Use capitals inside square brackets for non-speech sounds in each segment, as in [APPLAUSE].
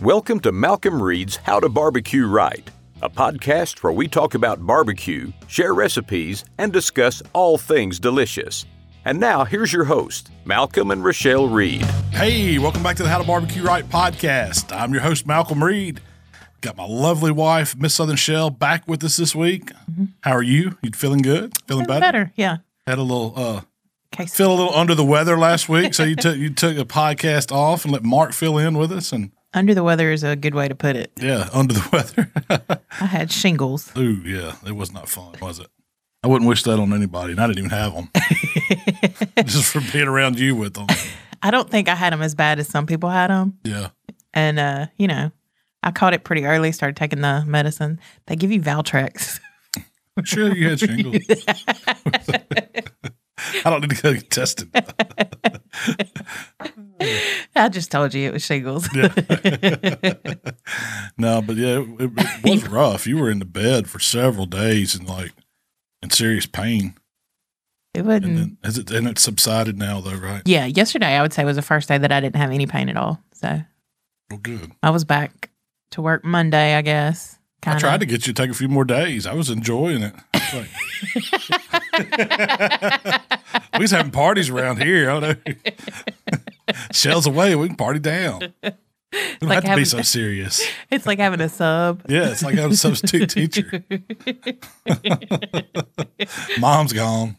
Welcome to Malcolm Reed's How to Barbecue Right, a podcast where we talk about barbecue, share recipes, and discuss all things delicious. And now here's your host, Malcolm and Rochelle Reed. Hey, welcome back to the How to Barbecue Right podcast. I'm your host, Malcolm Reed. Got my lovely wife, Miss Southern Shell, back with us this week. How are you? You feeling good? Mm-hmm. Feeling better? Yeah. Had a little uh Okay. feel a little under the weather last week, [LAUGHS] so you took you took a podcast off and let Mark fill in with us and Under the weather is a good way to put it. yeah, under the [LAUGHS] weather. I had shingles. Ooh, yeah, it was not fun, was it? I wouldn't wish that on anybody, and I didn't even have [LAUGHS] them. Just for being around you with them. I don't think I had them as bad as some people had them. Yeah. And, uh, you know, I caught it pretty early, started taking the medicine. They give you Valtrex. [LAUGHS] I'm sure you had shingles. I don't need to go get tested. I just told you it was shingles. [LAUGHS] No, but yeah, it, it, it [LAUGHS] was rough. You were in the bed for several days and like in serious pain. It wasn't. And then has it and it subsided now though, right? yeah. Yesterday, I would say, was the first day that I didn't have any pain at all. So Well, good. I was back to work Monday, I guess. I tried to get you to take a few more days. I was enjoying it. It's like- [LAUGHS] we was having parties around here. I don't know. [LAUGHS] Shells away. We can party [LAUGHS] down. We don't like have to be having- so serious. [LAUGHS] It's like having [LAUGHS] a sub. Yeah, it's like I'm a substitute teacher. [LAUGHS] Mom's gone.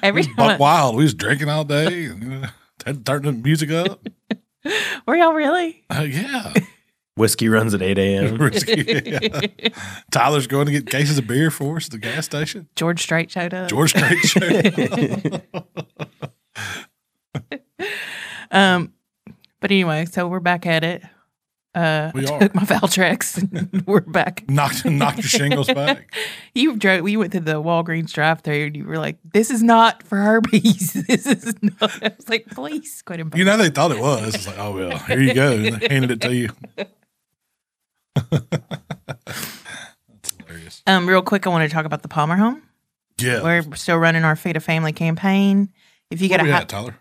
Every Buck time. I- wild. We was drinking all day. And, you know, had to turn the music up. [LAUGHS] were y'all really? Uh, yeah. [LAUGHS] Whiskey runs at 8 a.m. Risky. Tyler's going to get cases of beer for us at the gas station. George Strait showed up. George Strait Show. [LAUGHS] Um, but anyway, so we're back at it. Uh, We I are. [LAUGHS] took my Valtrex and [LAUGHS] we're back. knocked, knocked your shingles back. You drove. We went to the Walgreens drive-through, and you were like, "This is not for herpes. [LAUGHS] this is not." I was like, "Please quit him." You know, they thought it was. It's like, oh, well, here you go. And they handed it to you. [LAUGHS] That's hilarious. um, real quick, I want to talk about the Palmer home. Yeah. Where We're still running our feed a family campaign. If you we got a, at, hot, Oh, Tyler?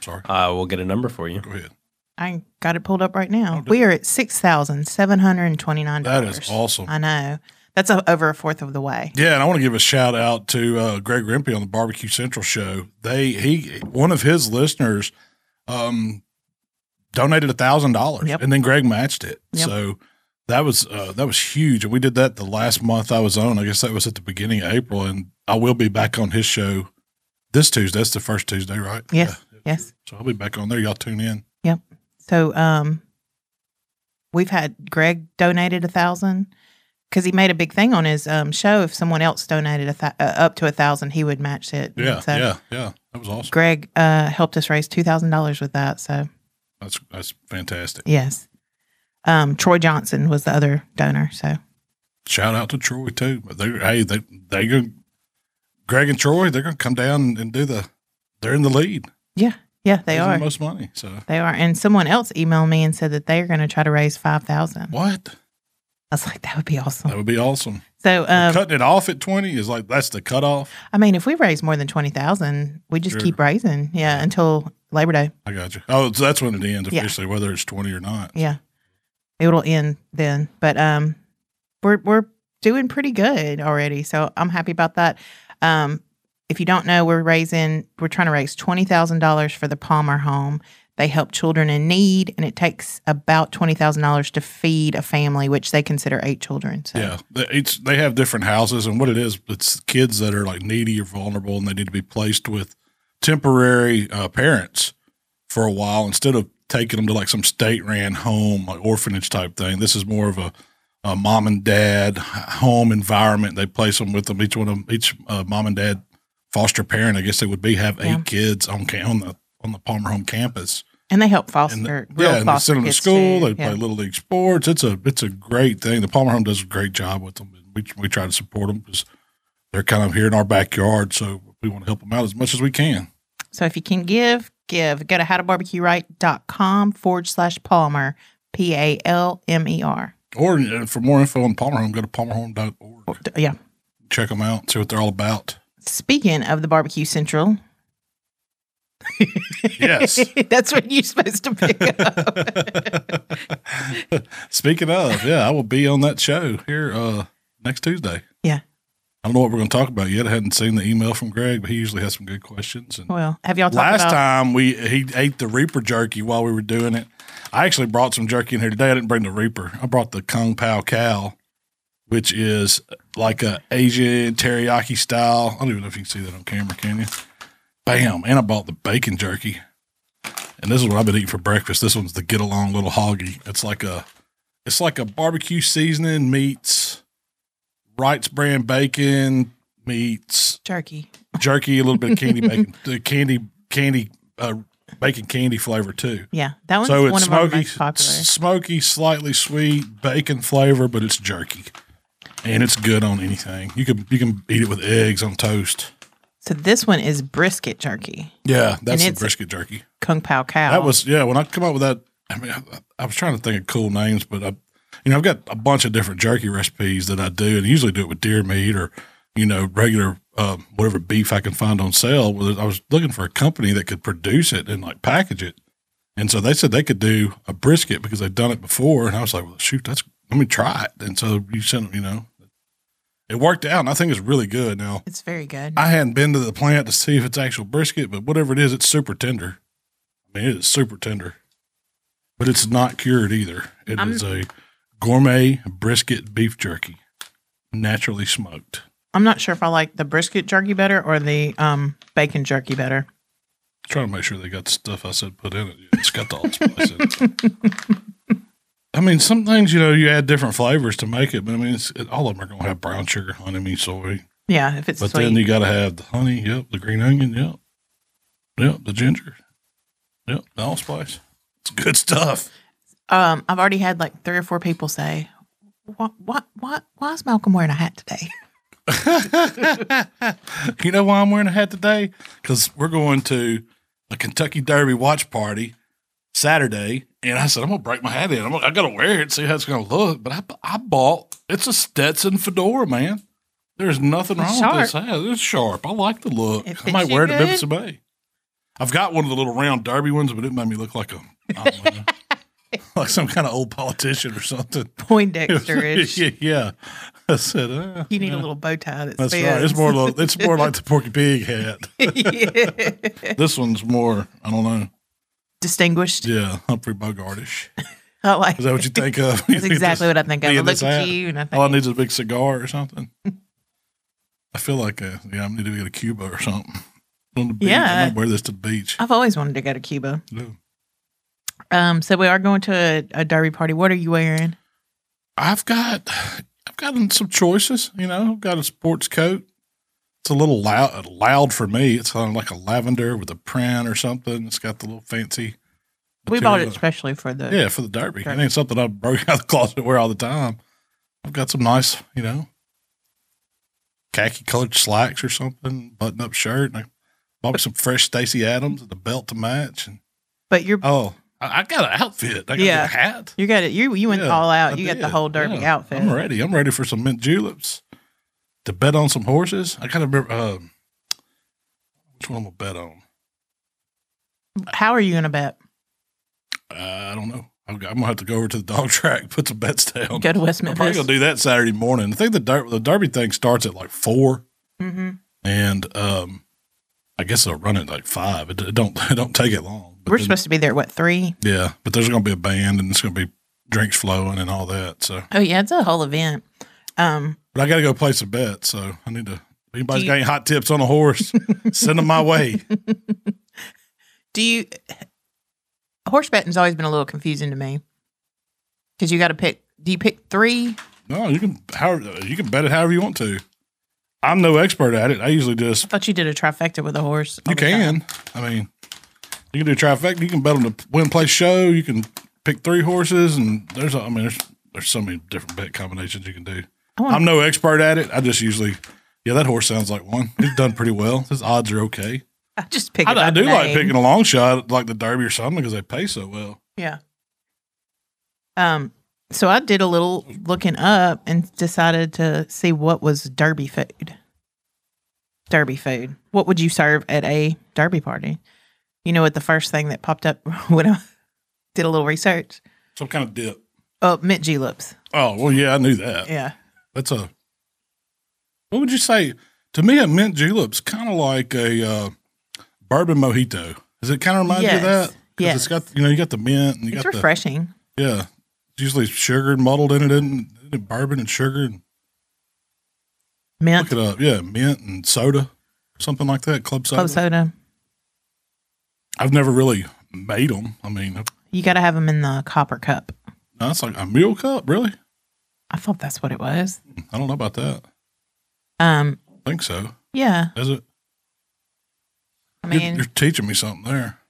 Sorry. Uh, we'll get a number for you. Go ahead. I got it pulled up right Oh, now. good. We are at six thousand seven hundred twenty-nine That dollars. is awesome. I know. That's a, over a fourth of the way. Yeah, and I want to give a shout out to uh, Greg Rempe on the Barbecue Central show. They he one of his listeners um, donated a thousand dollars, Yep. and then Greg matched it. Yep. So that was uh, that was huge, and we did that the last month I was on. I guess that was at the beginning of April, and I will be back on his show this Tuesday. That's the first Tuesday, right? Yes. Yes. So I'll be back on there. Y'all tune in. So um we've had Greg donated a thousand because he made a big thing on his um show. If someone else donated a th- uh, up to a thousand, he would match it. And Yeah, so yeah, yeah. That was awesome. Greg uh helped us raise two thousand dollars with that. So That's that's fantastic. yes, um Troy Johnson was the other donor. So shout out to Troy too. But they hey they they gonna Greg and Troy they're gonna come down and do the they're in the lead. yeah, yeah, they Those the are. most money. So They are, and someone else emailed me and said that they are going to try to raise five thousand. I what was like, that would be awesome. that would be awesome. So, um, Cutting it off at twenty is like that's the cutoff. I mean, if we raise more than twenty thousand, we just Sure. keep raising, yeah, until Labor Day. I got you. Oh, so that's when it ends Yeah. officially, whether it's twenty or not. Yeah. It'll end then. But um we're we're doing pretty good already. So I'm happy about that. Um if you don't know, we're raising we're trying to raise twenty thousand dollars for the Palmer home. They help children in need and it takes about twenty thousand dollars to feed a family, which they consider eight children. So Yeah, They- it's they have different houses, and what it is, it's kids that are like needy or vulnerable, and they need to be placed with temporary uh, parents for a while instead of taking them to like some state ran home, like orphanage type thing. This is more of a, a mom and dad h- home environment. They place them with them. Each one of them, each uh, mom and dad foster parent, I guess they would be have eight Yeah. kids on cam- on the on the Palmer Home campus. And they help And foster the- real yeah, and they foster send them to kids school. too. They Yeah. play little league sports. It's a it's a great thing. The Palmer Home does a great job with them. We we try to support them because they're kind of here in our backyard, so we want to help them out as much as we can. So if you can give, give. Go to howtobarbecueright.com forward slash Palmer, P A L M E R. Or uh, for more info on Palmer Home, go to palmerhome.org. Yeah. Check them out. See what they're all about. Speaking of the barbecue central, [LAUGHS] Yes. That's what you're supposed to pick [LAUGHS] up. Speaking of, yeah, I will be on that show here uh next Tuesday. Yeah. I don't know what we're going to talk about yet. I hadn't seen the email from Greg, but he usually has some good questions. And Well, have y'all last talked about time we he ate the Reaper jerky while we were doing it. I actually brought some jerky in here today. I didn't bring the Reaper. I brought the Kung Pao Cow, which is like a Asian teriyaki style. I don't even know if you can see that on camera, can you? Bam! And I bought the bacon jerky. And this is what I've been eating for breakfast. This one's the get along little hoggy. It's like a it's like a barbecue seasoning meets Wright's brand bacon meets jerky? jerky, a little bit of candy [LAUGHS] bacon, the candy candy uh, bacon candy flavor too. Yeah, that one's so one it's of our smoky, most popular. smoky, slightly sweet bacon flavor, but it's jerky, and it's good on anything. You can you can eat it with eggs on toast. So this one is brisket jerky, Yeah, that's the it's- brisket jerky. kung pao cow. That was yeah. When I come up with that, I mean, I, I was trying to think of cool names, but I, you know, I've got a bunch of different jerky recipes that I do, and usually do it with deer meat or you know regular um, whatever beef I can find on sale. Well, I was looking for a company that could produce it and like package it, and so they said they could do a brisket because they'd done it before, and I was like, well, shoot, that's let me try it. And so you sent them, you know, it worked out, and I think it's really good now. It's very good. I hadn't been to the plant to see if it's actual brisket, but whatever it is, it's super tender. I mean, it is super tender, but it's not cured either. It is I'm- a gourmet brisket beef jerky, naturally smoked. I'm not sure if I like the brisket jerky better or the um, bacon jerky better. trying to make sure they got the stuff I said put in it. It's got the allspice in it. I mean, some things you know you add different flavors to make it, but I mean, it's, it, all of them are going to have brown sugar, honey, me, soy. Yeah, if it's But sweet. then you got to have the honey. Yep, the green onion. Yep, yep, the ginger. Yep, the allspice. It's good stuff. um, I've already had like three or four people say, "What? What? What? Why is Malcolm wearing a hat today?" [LAUGHS] You know why I'm wearing a hat today? Because we're going to a Kentucky Derby watch party Saturday, and I said I'm gonna break my hat in. I'm gonna, I gotta wear it, see how it's gonna look. But I, I bought it's a Stetson fedora, man. There's nothing wrong It's with this hat. It's sharp. I like the look. It I fits might you wear it at good. Memphis Bay. I've got one of the little round derby ones, but it made me look like a I don't know, [LAUGHS] like some kind of old politician or something. Poindexter is. yeah, [LAUGHS] yeah. I said, uh, You need yeah. a little bow tie. That That's right. It's more [LAUGHS] like it's more like the Porky Pig hat. [LAUGHS] more This one's more I don't know. distinguished. Yeah, Humphrey Bogartish. I like. Is that what you think of? [LAUGHS] That's exactly what I think of. I being look this at hat. you and I think, All I need is a big cigar or something. [LAUGHS] I feel like uh yeah, I need to go to Cuba or something. On the beach. Yeah. I might wear this to the beach. I've always wanted to go to Cuba. No. Um, so we are going to a, a derby party. What are you wearing? I've got I've gotten some choices, you know. I've got a sports coat. It's a little loud loud for me. It's kind of like a lavender with a print or something. It's got the little fancy We bought it material. especially for the. Yeah, for the derby. Derby. It ain't something I broke [LAUGHS] out of the closet wear all the time. I've got some nice, you know, khaki colored slacks or something, button up shirt, and I bought me some fresh Stacy Adams and a belt to match. And But you're oh, I, I got an outfit. I got Yeah. a hat. you got it. You you went Yeah, all out. I you got the did. whole derby Yeah. outfit. I'm ready. I'm ready for some mint juleps to bet on some horses. I gotta remember um, which one I'm gonna bet on. How are you gonna bet? Uh, I don't know. I've got- I'm gonna have to go over to the dog track, [LAUGHS] put some bets down. Go to West I'm probably Memphis. gonna do that Saturday morning. I think the der- the Derby thing starts at like four, hmm and um, I guess they'll run it like five. It, it don't [LAUGHS] it don't take it long. But We're then- supposed to be there. What three? yeah, but there's gonna be a band and it's gonna be drinks flowing and all that. So, Oh yeah, it's a whole event. Um, but I gotta go place a bet. So I need to. Anybody's Do you- got any hot tips on a [LAUGHS] horse? send them my way. do you horse betting's always been a little confusing to me because you got to pick. Do you pick three? No, you can however you can bet it however you want to. I'm no expert at it. I usually just I thought you did a trifecta with a horse. all You the time. [LAUGHS] can. I mean, you can do trifecta. You can bet on the win, place, show. You can pick three horses, and there's. I mean, there's there's so many different bet combinations you can do. I wanna- I'm no expert at it. I just usually, yeah, that horse sounds like one. He's done pretty well. His odds are okay. I just pick. I, it by I do like name. picking a long shot, like the Derby or something, because they pay so well. Yeah. Um. So I did a little looking up and decided to see what was derby food. Derby food. What would you serve at a derby party? You know what? The first thing that popped up [LAUGHS] when I did a little research. Some kind of dip. Oh, mint juleps. Oh well, yeah, I knew that. Yeah. That's a. What would you say? To me, a mint julep's kind of like a uh, bourbon mojito. Does it kind of remind you of Yes. that? 'Cause Yes. it's got you know you got the mint and you It's got refreshing. the yeah. It's usually sugar muddled in it, isn't it? Isn't it bourbon and sugar. And, mint, look it up, yeah, mint and soda, something like that. Club soda. club soda. I've never really made them. I mean, I've- You got to have them in the copper cup. no, it's like a meal cup, really. I thought that's what it was. I don't know about that. Um, I think so. yeah. Is it? I You're- mean, you're, teaching me something there.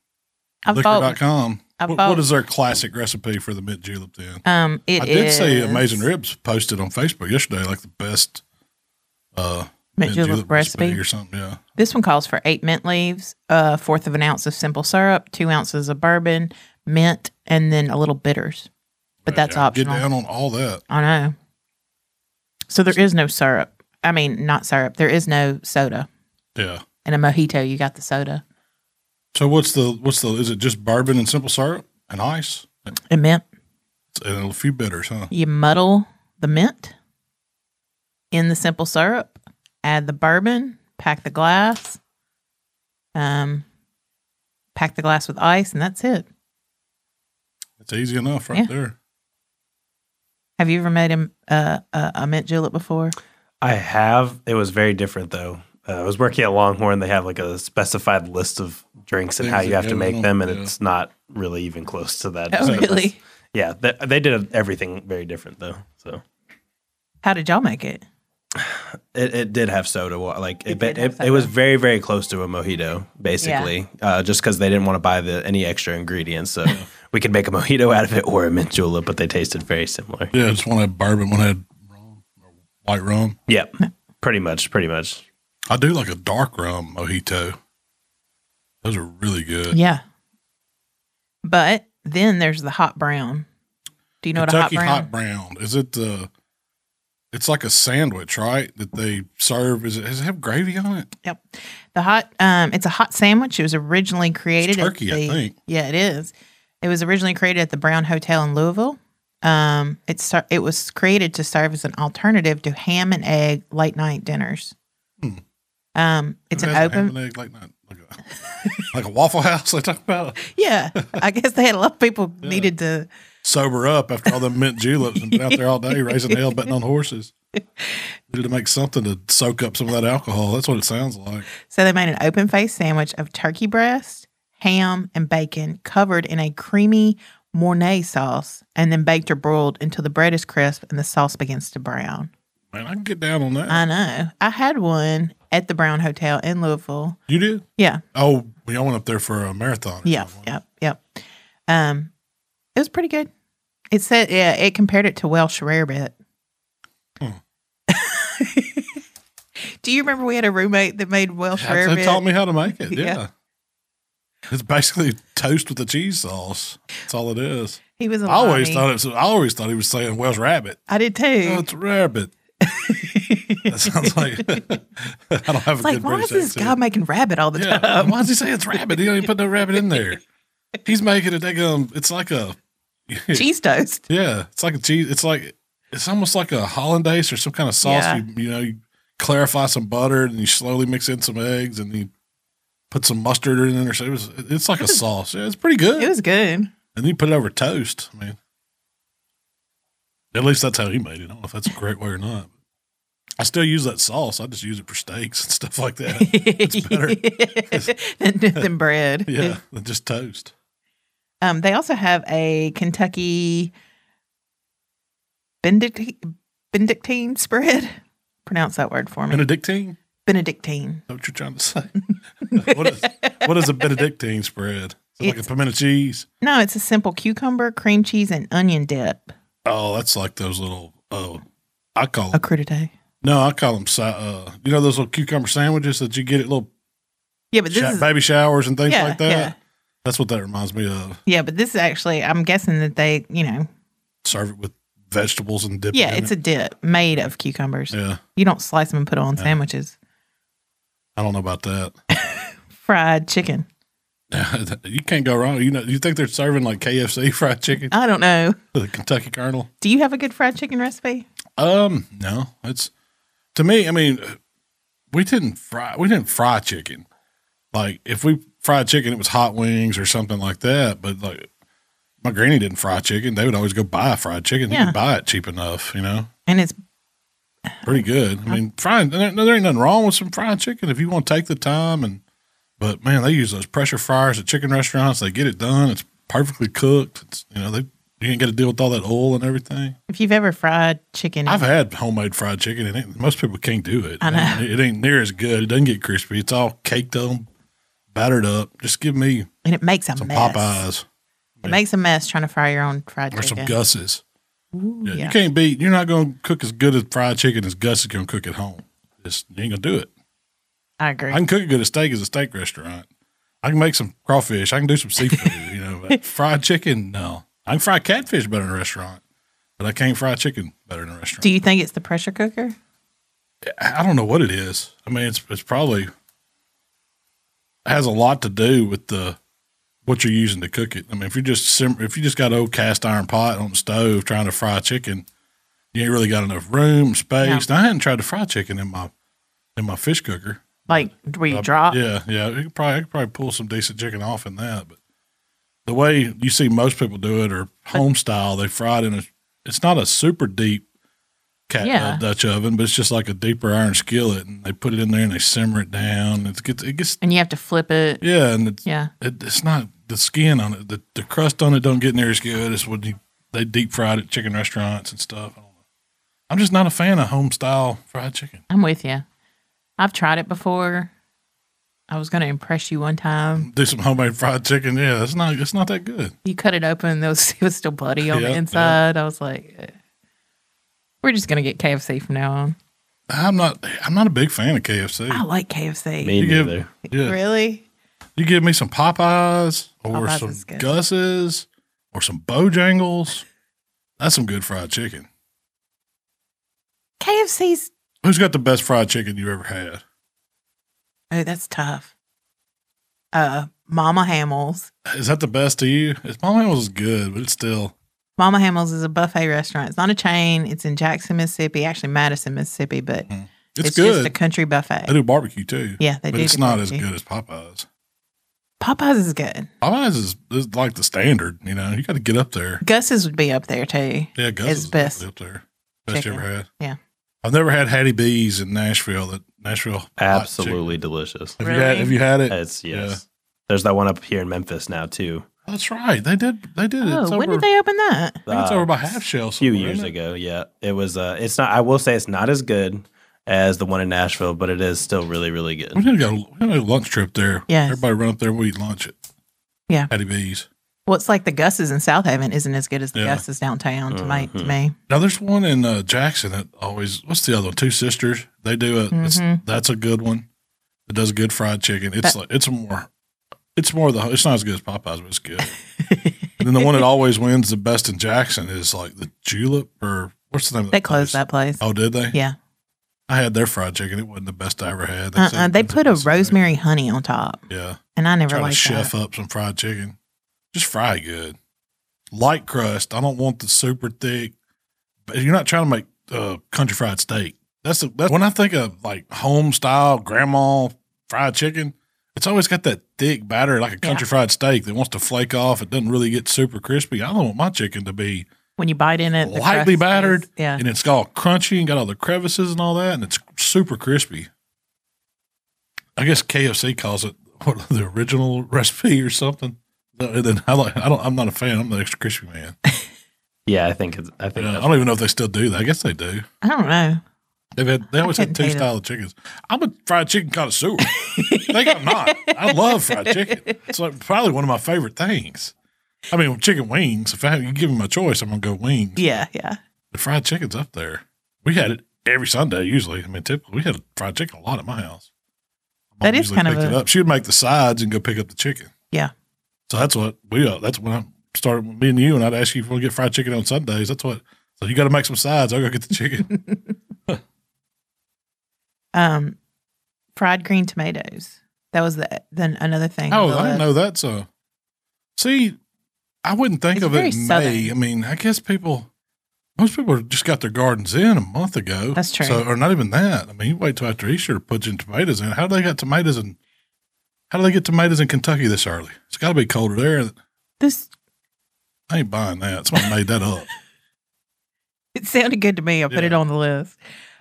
I thought Liquor.com. I What, thought- what is their classic recipe for the mint julep then? um, it I did say is Amazing Ribs posted on Facebook yesterday, like the best uh, mint julep recipe. or something. Yeah. This one calls for eight mint leaves, a fourth of an ounce of simple syrup, two ounces of bourbon, mint, and then a little bitters. But that's Yeah, Get optional. down on all that. I know. So there is no syrup. I mean, not syrup. There is no soda. Yeah. In a mojito, you got the soda So what's the what's the is it just bourbon and simple syrup and ice and mint. and a few bitters, huh? You muddle the mint in the simple syrup, add the bourbon, pack the glass, um, pack the glass with ice, and that's it. It's easy enough right Yeah. there. Have you ever made a, a, a, a mint julep before? I have. It was very different though. Uh, I was working at Longhorn. They have like a specified list of drinks and Things how you that have go to make in them, them, and yeah. it's not really even close to that. Oh, really? Yeah, they, they did everything very different though. So How did y'all make it? it, it did have soda. wa- Like it, It but did it, have it was soda. very very close to a mojito, basically, uh, just because they didn't want to buy the any extra ingredients. [LAUGHS] So we could make a mojito out of it or a mint julep, but they tasted very similar. Yeah, just one had bourbon, one had rum or white rum. Yep, pretty much, pretty much. I do like a dark rum mojito. Those are really good. Yeah. But then there's the hot brown. Do you know Kentucky what a hot hot brown? brown. Is it the? It's like a sandwich, right? That they serve. Is it? Does it have gravy on it? Yep. The hot um it's a hot sandwich. It was originally created at turkey, I the- think. Yeah, it is. It was originally created at the Brown Hotel in Louisville. Um it ser- it was created to serve as an alternative to ham and egg late night dinners. Hmm. Um it's It an has a ham open and egg, like not like a, [LAUGHS] like a waffle house. They talk about Yeah. I guess they had a lot of [LAUGHS] people needed to sober up after all the mint juleps and been out there all day raising hell, betting on horses. Needed to make something to soak up some of that alcohol. That's what it sounds like. So they made an open faced sandwich of turkey breast, ham, and bacon covered in a creamy Mornay sauce and then baked or broiled until the bread is crisp and the sauce begins to brown. Man, I can get down on that. I know. I had one at the Brown Hotel in Louisville. you did? Yeah. Oh, we all went up there for a marathon. or Yeah. something. Yep. Yep. Um, it was pretty good. It said, yeah, it compared it to Welsh rarebit. Hmm. [LAUGHS] Do you remember we had a roommate that made Welsh That's who rarebit? taught me how to make it. [LAUGHS] Yeah. Yeah. It's basically toast with the cheese sauce. That's all it is. He was a I always Lonnie. thought it was, I always thought he was saying Welsh rabbit. I did too. Oh, it's rabbit. That sounds like [LAUGHS] I don't have It's a like, good why British is this guy accent. making rabbit all the [LAUGHS] yeah. time? Why does he say it's rabbit? He don't even put no rabbit in [LAUGHS] there. He's making it like um it's like a Cheese toast. yeah, it's like a cheese it's like it's almost like a hollandaise or some kind of sauce. Yeah. You, you know, you clarify some butter and you slowly mix in some eggs and you put some mustard in there. So it was it's like a sauce. Yeah, it's pretty good. It was good. and then you put it over toast. I mean at least that's how he made it. I don't know if that's a great way or not. I still use that sauce. I just use it for steaks and stuff like that. [LAUGHS] better [LAUGHS] than, than bread. [LAUGHS] Yeah, than just toast. Um, they also have a Kentucky Benedict- Benedictine spread. [LAUGHS] Pronounce that word for me. Benedictine? Is Benedictine. that what you're trying to say? [LAUGHS] what, is, what is a Benedictine spread? Is it like a It's- pimento cheese? No, it's a simple cucumber, cream cheese, and onion dip. Oh, that's like those little, oh, I call A them, crudité. no, I call them, si- uh, you know, those little cucumber sandwiches that you get at little Yeah, but this sha- is baby showers and things Yeah, like that? yeah. That's what that reminds me of. yeah, but this is actually. I'm guessing that they, you know, Serve it with vegetables and dip yeah, it in it's it. a dip made of cucumbers. yeah, You don't slice them and put it on sandwiches. I don't know about that. [LAUGHS] Fried chicken. you can't go wrong. You know, you think they're serving like KFC [LAUGHS] fried chicken, I don't know. the Kentucky Colonel? Do you have a good fried chicken recipe? Um, no, it's to me. I mean, we didn't fry. We didn't fry chicken. Like if we fried chicken, it was hot wings or something like that. But like my granny didn't fry chicken. They would always go buy fried chicken. You Yeah. could buy it cheap enough. You know, And it's pretty good. I mean, frying. There, there ain't nothing wrong with some fried chicken if you want to take the time. And but man, they use those pressure fryers at chicken restaurants. They get it done. It's perfectly cooked. It's you know they you ain't got to deal with all that oil and everything. if you've ever fried chicken, I've had homemade fried chicken, and it, most people can't do it. I know. It, ain't near as good. It doesn't get crispy. It's all caked on, battered up. Just give me and it makes a some mess. Popeyes It makes a mess trying to fry your own fried or chicken. some Gus's. Ooh, Yeah, You yeah. can't beat. You're not going to cook as good as fried chicken as Gus is going to cook at home. Just you ain't going to do it. I agree. I can cook a good steak as a steak restaurant. I can make some crawfish. I can do some seafood. you know, [LAUGHS] but fried chicken. No, I can fry catfish better in a restaurant, but I can't fry chicken better in a restaurant. Do you think it's the pressure cooker? I I don't know what it is. I mean, it's it's probably has a lot to do with the what you're using to cook it. I mean, if you just sim- if you just got an old cast iron pot on the stove trying to fry chicken, you ain't really got enough room space. Now, I hadn't tried to fry chicken in my in my fish cooker. Like where you drop? Uh, Yeah, yeah, you could probably I could probably pull some decent chicken off in that. But the way you see most people do it or home style, they fry it in a. It's not a super deep cat Yeah. uh, Dutch oven, but it's just like a deeper iron skillet, and they put it in there and they simmer it down. It gets it gets And you have to flip it. yeah, and it's, Yeah. it, it's not the skin on it. The, the crust on it don't get near as good as when you, they deep fried at chicken restaurants and stuff. I don't know. I'm just not a fan of home style fried chicken. I'm with you. I've tried it before. I was going to impress you one time. Do some homemade fried chicken. Yeah, it's not it's not that good. You cut it open, there was, [LAUGHS] it was still bloody on Yeah, the yeah. inside. I was like, eh. we're just going to get KFC from now on. I'm not. I'm not a big fan of KFC. I like KFC. Me You give- neither. Yeah, Really? you give me some Popeyes or Popeyes is some good. Gus's or some Bojangles. That's some good fried chicken. KFC's. Who's got the best fried chicken you ever had? Oh, that's tough. Uh, Mama Hamels. Is that the best to you? It's Mama Hamels is good, but it's still Mama Hamels is a buffet restaurant. It's not a chain. It's in Jackson, Mississippi. Actually, Madison, Mississippi, but it's, just good. a country buffet. they do barbecue too. Yeah, they but do it's do not as barbecue. good as Popeyes. Popeyes is good. Popeyes is, is like the standard. You know, you got to get up there. Gus's would be up there too. Yeah, Gus It's is best up there. Best you chicken. ever had. Yeah. I've never had Hattie B's in Nashville. That Nashville hot chicken. Absolutely delicious. Have you had? Really? Have you had it? It's [LAUGHS] yes. Yeah. There's that one up here in Memphis now too. That's right. They did. They did it. Oh, It's when over- did they open that? I think it's Uh, over by half shell. A few somewhere, years isn't it? ago. Yeah, it was. Uh, it's not. I will say it's not as good as the one in Nashville, but it is still really, really good. We did go. We did a lunch trip there. Yes. Everybody run up there. We eat lunch at. Yeah. Hattie B's. Well, it's like the Gus's in South Haven isn't as good as the Yeah. Gus's downtown to my to me. Now there's one in uh, Jackson that always. What's the other one? Two sisters. They do it. It's, Mhm. that's a good one. It does good fried chicken. It's That- like it's more. It's more the. It's not as good as Popeyes, but it's [LAUGHS] good. and then the one that always wins the best in Jackson is like the Julep or what's the name? of They closed place? that place. Oh, did they? Yeah. I had their fried chicken. It wasn't the best I ever had. Uh-uh. said They it's the put a best I've ever- rosemary honey on top, Yeah. and I never Try to liked chef that. up some fried chicken. Just fry it good. Light crust. I don't want the super thick. But you're not trying to make uh, country fried steak. That's, the, that's when I think of like home style grandma fried chicken. It's always got that thick batter like a country fried steak that wants to flake off. It doesn't really get super crispy. I don't want my chicken to be When you bite in it, the lightly crust battered is- yeah. and it's all crunchy and got all the crevices and all that, and it's super crispy. I guess KFC calls it [LAUGHS] what, the original recipe or something. And then I like I don't I'm not a fan. I'm the extra crispy man. Yeah, I think it's. I think Yeah, I that's don't even know if they still do that. I guess they do. I don't know. They've had they always [LAUGHS] had couldn't two tell you that. style of chickens. I'm a fried chicken connoisseur. Think I'm not. I love fried [LAUGHS] chicken. It's like probably one of my favorite things. I mean, chicken wings. If I had, you give me my choice, I'm gonna go wings. Yeah, yeah. The fried chicken's up there. We had it every Sunday usually. I mean, typically we had fried chicken a lot at my house. My That mom is usually kind of picked it a- up. She would make the sides and go pick up the chicken. Yeah. So that's what we. Uh, that's when I started with me and you, and I'd ask you if you want to get fried chicken on Sundays. That's what. So you got to make some sides. I'll go get the chicken. Um, fried green tomatoes. That was the then another thing. uh, Oh, on the I didn't list. know that's a. See, I wouldn't think It's of it very in May. southern. I mean, I guess people, most people have just got their gardens in a month ago. That's true. So, or not even that. I mean, you wait till after Easter to put your tomatoes in. How do they got tomatoes in? How do they get tomatoes in Kentucky this early? It's got to be colder there. This I ain't buying that. Someone made that up. it sounded good to me. I put it Yeah. on the list.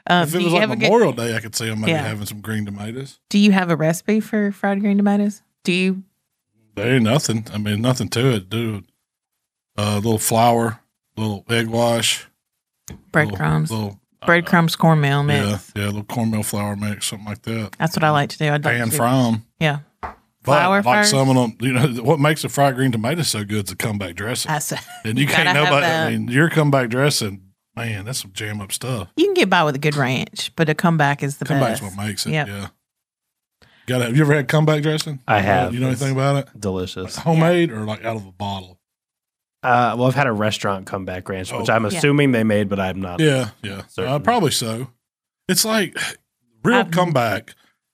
Um, if do it was you like [LAUGHS] have a good- Memorial Day, I could see them maybe Yeah. having some green tomatoes. do you have a recipe for fried green tomatoes? Do you? There ain't nothing. I mean, nothing to it, dude. A little flour, little egg wash, Breadcrumbs, little, little breadcrumbs, cornmeal mix. Yeah, yeah, a little cornmeal flour mix, something like that. That's what I like to do. I'd like Pan to do- fry them. Yeah, Flour But like first? some of them, you know, [LAUGHS] what makes a fried green tomato so good is the comeback dressing. I said and you gotta can't know have about, that. I mean, your comeback dressing, man, that's some jam up stuff. [LAUGHS] you can get by with a good ranch, but a comeback is the Comeback's best. what makes it. Yep. Yeah. Got to have you ever had comeback dressing? I have. You know anything about it? Delicious. Homemade or like out of a bottle? Uh, well, I've had a restaurant comeback ranch, which Oh. I'm Yeah. assuming they made, but I'm not. Yeah, yeah. Uh, Certainly. probably so. It's like real I've- comeback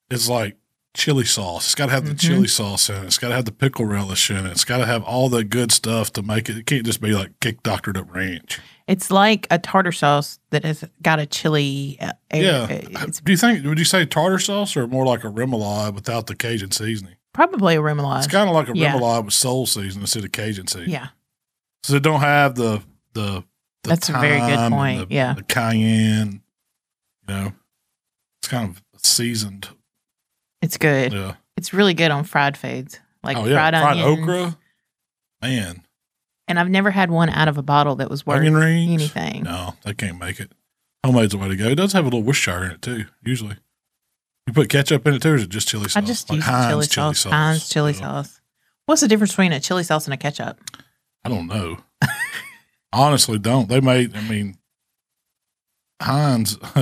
is like chili sauce. It's got to have the Mhm. chili sauce in it. It's got to have the pickle relish in it. It's got to have all the good stuff to make it. It can't just be like kick doctored up ranch. It's like a tartar sauce that has got a chili. Uh, air. Yeah. it's Do you think? Would you say tartar sauce or more like a remoulade without the Cajun seasoning? probably a remoulade. It's kind of like a yeah. remoulade with soul seasoning instead of Cajun seasoning. yeah, So it don't have the the. the That's a very good thyme and point, the- yeah. the cayenne. You know, it's kind of seasoned. it's good. Yeah. It's really good on fried foods, like oh yeah, fried, fried, onions. okra. Man, And I've never had one out of a bottle that was worth onion rings. anything. No, they can't make it. Homemade's the way to go. It does have a little Worcestershire in it too. Usually, you put ketchup in it too, or is it just chili sauce? I just Like use Heinz chili, sauce, Heinz chili Yeah. sauce. What's the difference between a chili sauce and a ketchup? I don't know. [LAUGHS] Honestly, don't they made? I mean, Heinz. [LAUGHS]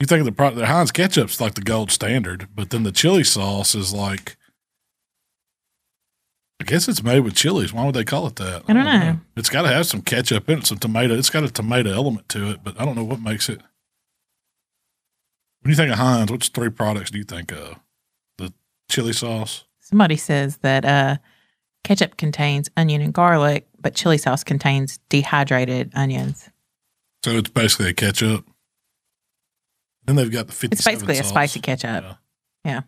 you think of the pro- the Heinz ketchup's like the gold standard, but then the chili sauce is like. I guess it's made with chilies. Why would they call it that? I don't know. It's got to have some ketchup in it, some tomato. It's got a tomato element to it, but I don't know what makes it. When you think of Heinz, which three products do you think of? The chili sauce. Somebody says that uh, ketchup contains onion and garlic, but chili sauce contains dehydrated onions. So it's basically a ketchup. Then they've got the 57 It's basically sauce. a spicy ketchup. Yeah.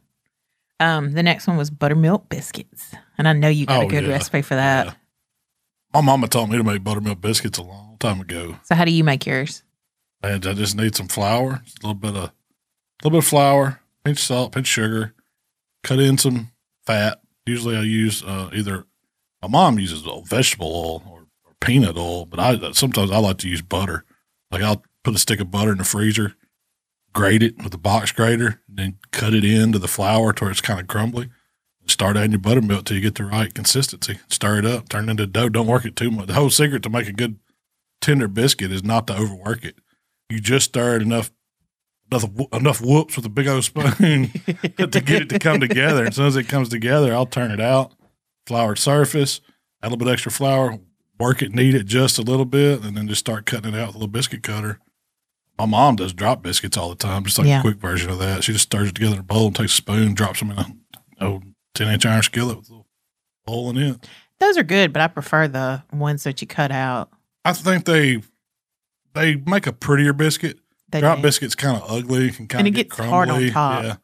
Um, the next one was buttermilk biscuits, and I know you got Oh, a good yeah. recipe for that. Yeah. My mama taught me to make buttermilk biscuits a long time ago. So how do you make yours? And I just need some flour, a little bit of, little bit of flour, pinch salt, pinch sugar, cut in some fat. Usually I use uh, either my mom uses vegetable oil or, or peanut oil, but I sometimes I like to use butter. Like I'll put a stick of butter in the freezer, grate it with a box grater, and then cut it into the flour to where it's kind of crumbly. Start adding your buttermilk till you get the right consistency. Stir it up, turn it into dough. Don't work it too much. The whole secret to make a good tender biscuit is not to overwork it. You just stir it enough, enough, enough whoops with a big old spoon [LAUGHS] to get it to come together. As soon as it comes together, I'll turn it out, floured surface, add a little bit extra flour, work it, knead it just a little bit, and then just start cutting it out with a little biscuit cutter. My mom does drop biscuits all the time, just like Yeah. a quick version of that. She just stirs it together in a bowl and takes a spoon, drops them in a old 10 inch iron skillet with a little hole in it. Those are good, but I prefer the ones that you cut out. I think they they make a prettier biscuit. They Drop do. biscuits kind of ugly and kind it of get gets hard on crumbly. top. Yeah,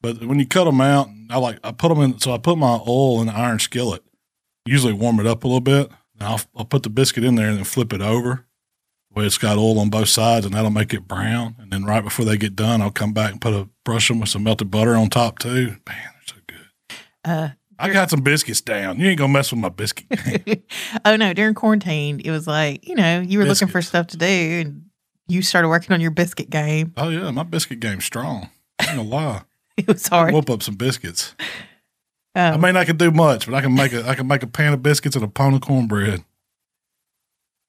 but when you cut them out, I like I put them in. So I put my oil in the iron skillet. Usually warm it up a little bit, and I'll, I'll put the biscuit in there and then flip it over. Where it's got oil on both sides, and that'll make it brown. And then right before they get done, I'll come back and put a brush them with some melted butter on top too. Man, they're so good. Uh, I got some biscuits down. You ain't gonna mess with my biscuit. [LAUGHS] oh no! During quarantine, it was like you know you were looking for Biscuits. stuff to do, and you started working on your biscuit game. [LAUGHS] [LAUGHS] oh yeah, my biscuit game's strong. I ain't gonna lie. It was hard. Whoop up some biscuits. I Um, mean, I can do much, but I can make a I can make a pan of biscuits and a pound of cornbread.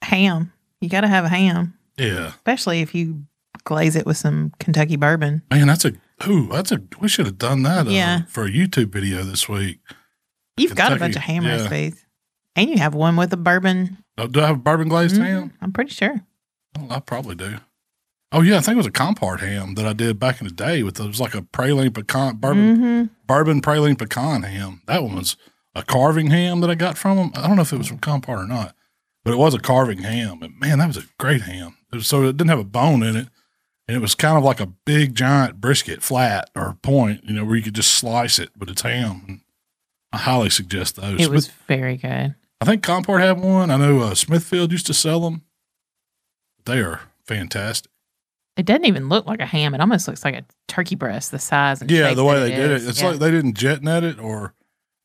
ham. You got to have a ham, Yeah, especially if you glaze it with some Kentucky bourbon. man, that's a ooh, that's a we should have done that uh, Yeah. for a YouTube video this week. You've got a Kentucky, bunch of ham yeah. recipes, and you have one with a bourbon. Uh, Do I have bourbon glazed Mhm, ham? I'm pretty sure. Oh, I probably do. Oh yeah, I think it was a Compart ham that I did back in the day with it was like a praline pecan bourbon bourbon praline pecan ham. That one was a carving ham that I got from them. I don't know if it was from Compart or not, but it was a carving ham. And man, that was a great ham. It was, so it didn't have a bone in it, and it was kind of like a big giant brisket, flat or point, you know, where you could just slice it, but it's ham. And I highly suggest those. It was very good. I think Compart had one. I know uh, Smithfield used to sell them. They are fantastic. It doesn't even look like a ham. It almost looks like a turkey breast, the size and Yeah, shape the way that they did is. it, it's Yeah. like they didn't jet net it or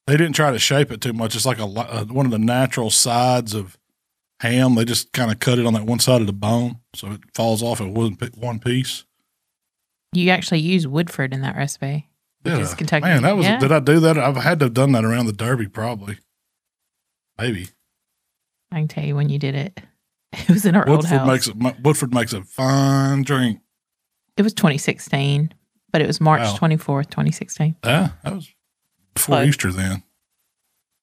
they didn't try to shape it too much. It's like a li- uh, one of the natural sides of ham. They just kind of cut it on that one side of the bone, so it falls off in one pi- one piece. you actually use Woodford in that recipe. Which is Kentucky. Man, that was Yeah. did I do that? I've had to have done that around the Derby, probably, maybe. I can tell you when you did it. [LAUGHS] It was in our old Woodford house. makes it, Woodford makes a fine drink. it was 2016, but it was March Wow. 24th, 2016. Yeah, Ah, that was before Close. Easter then,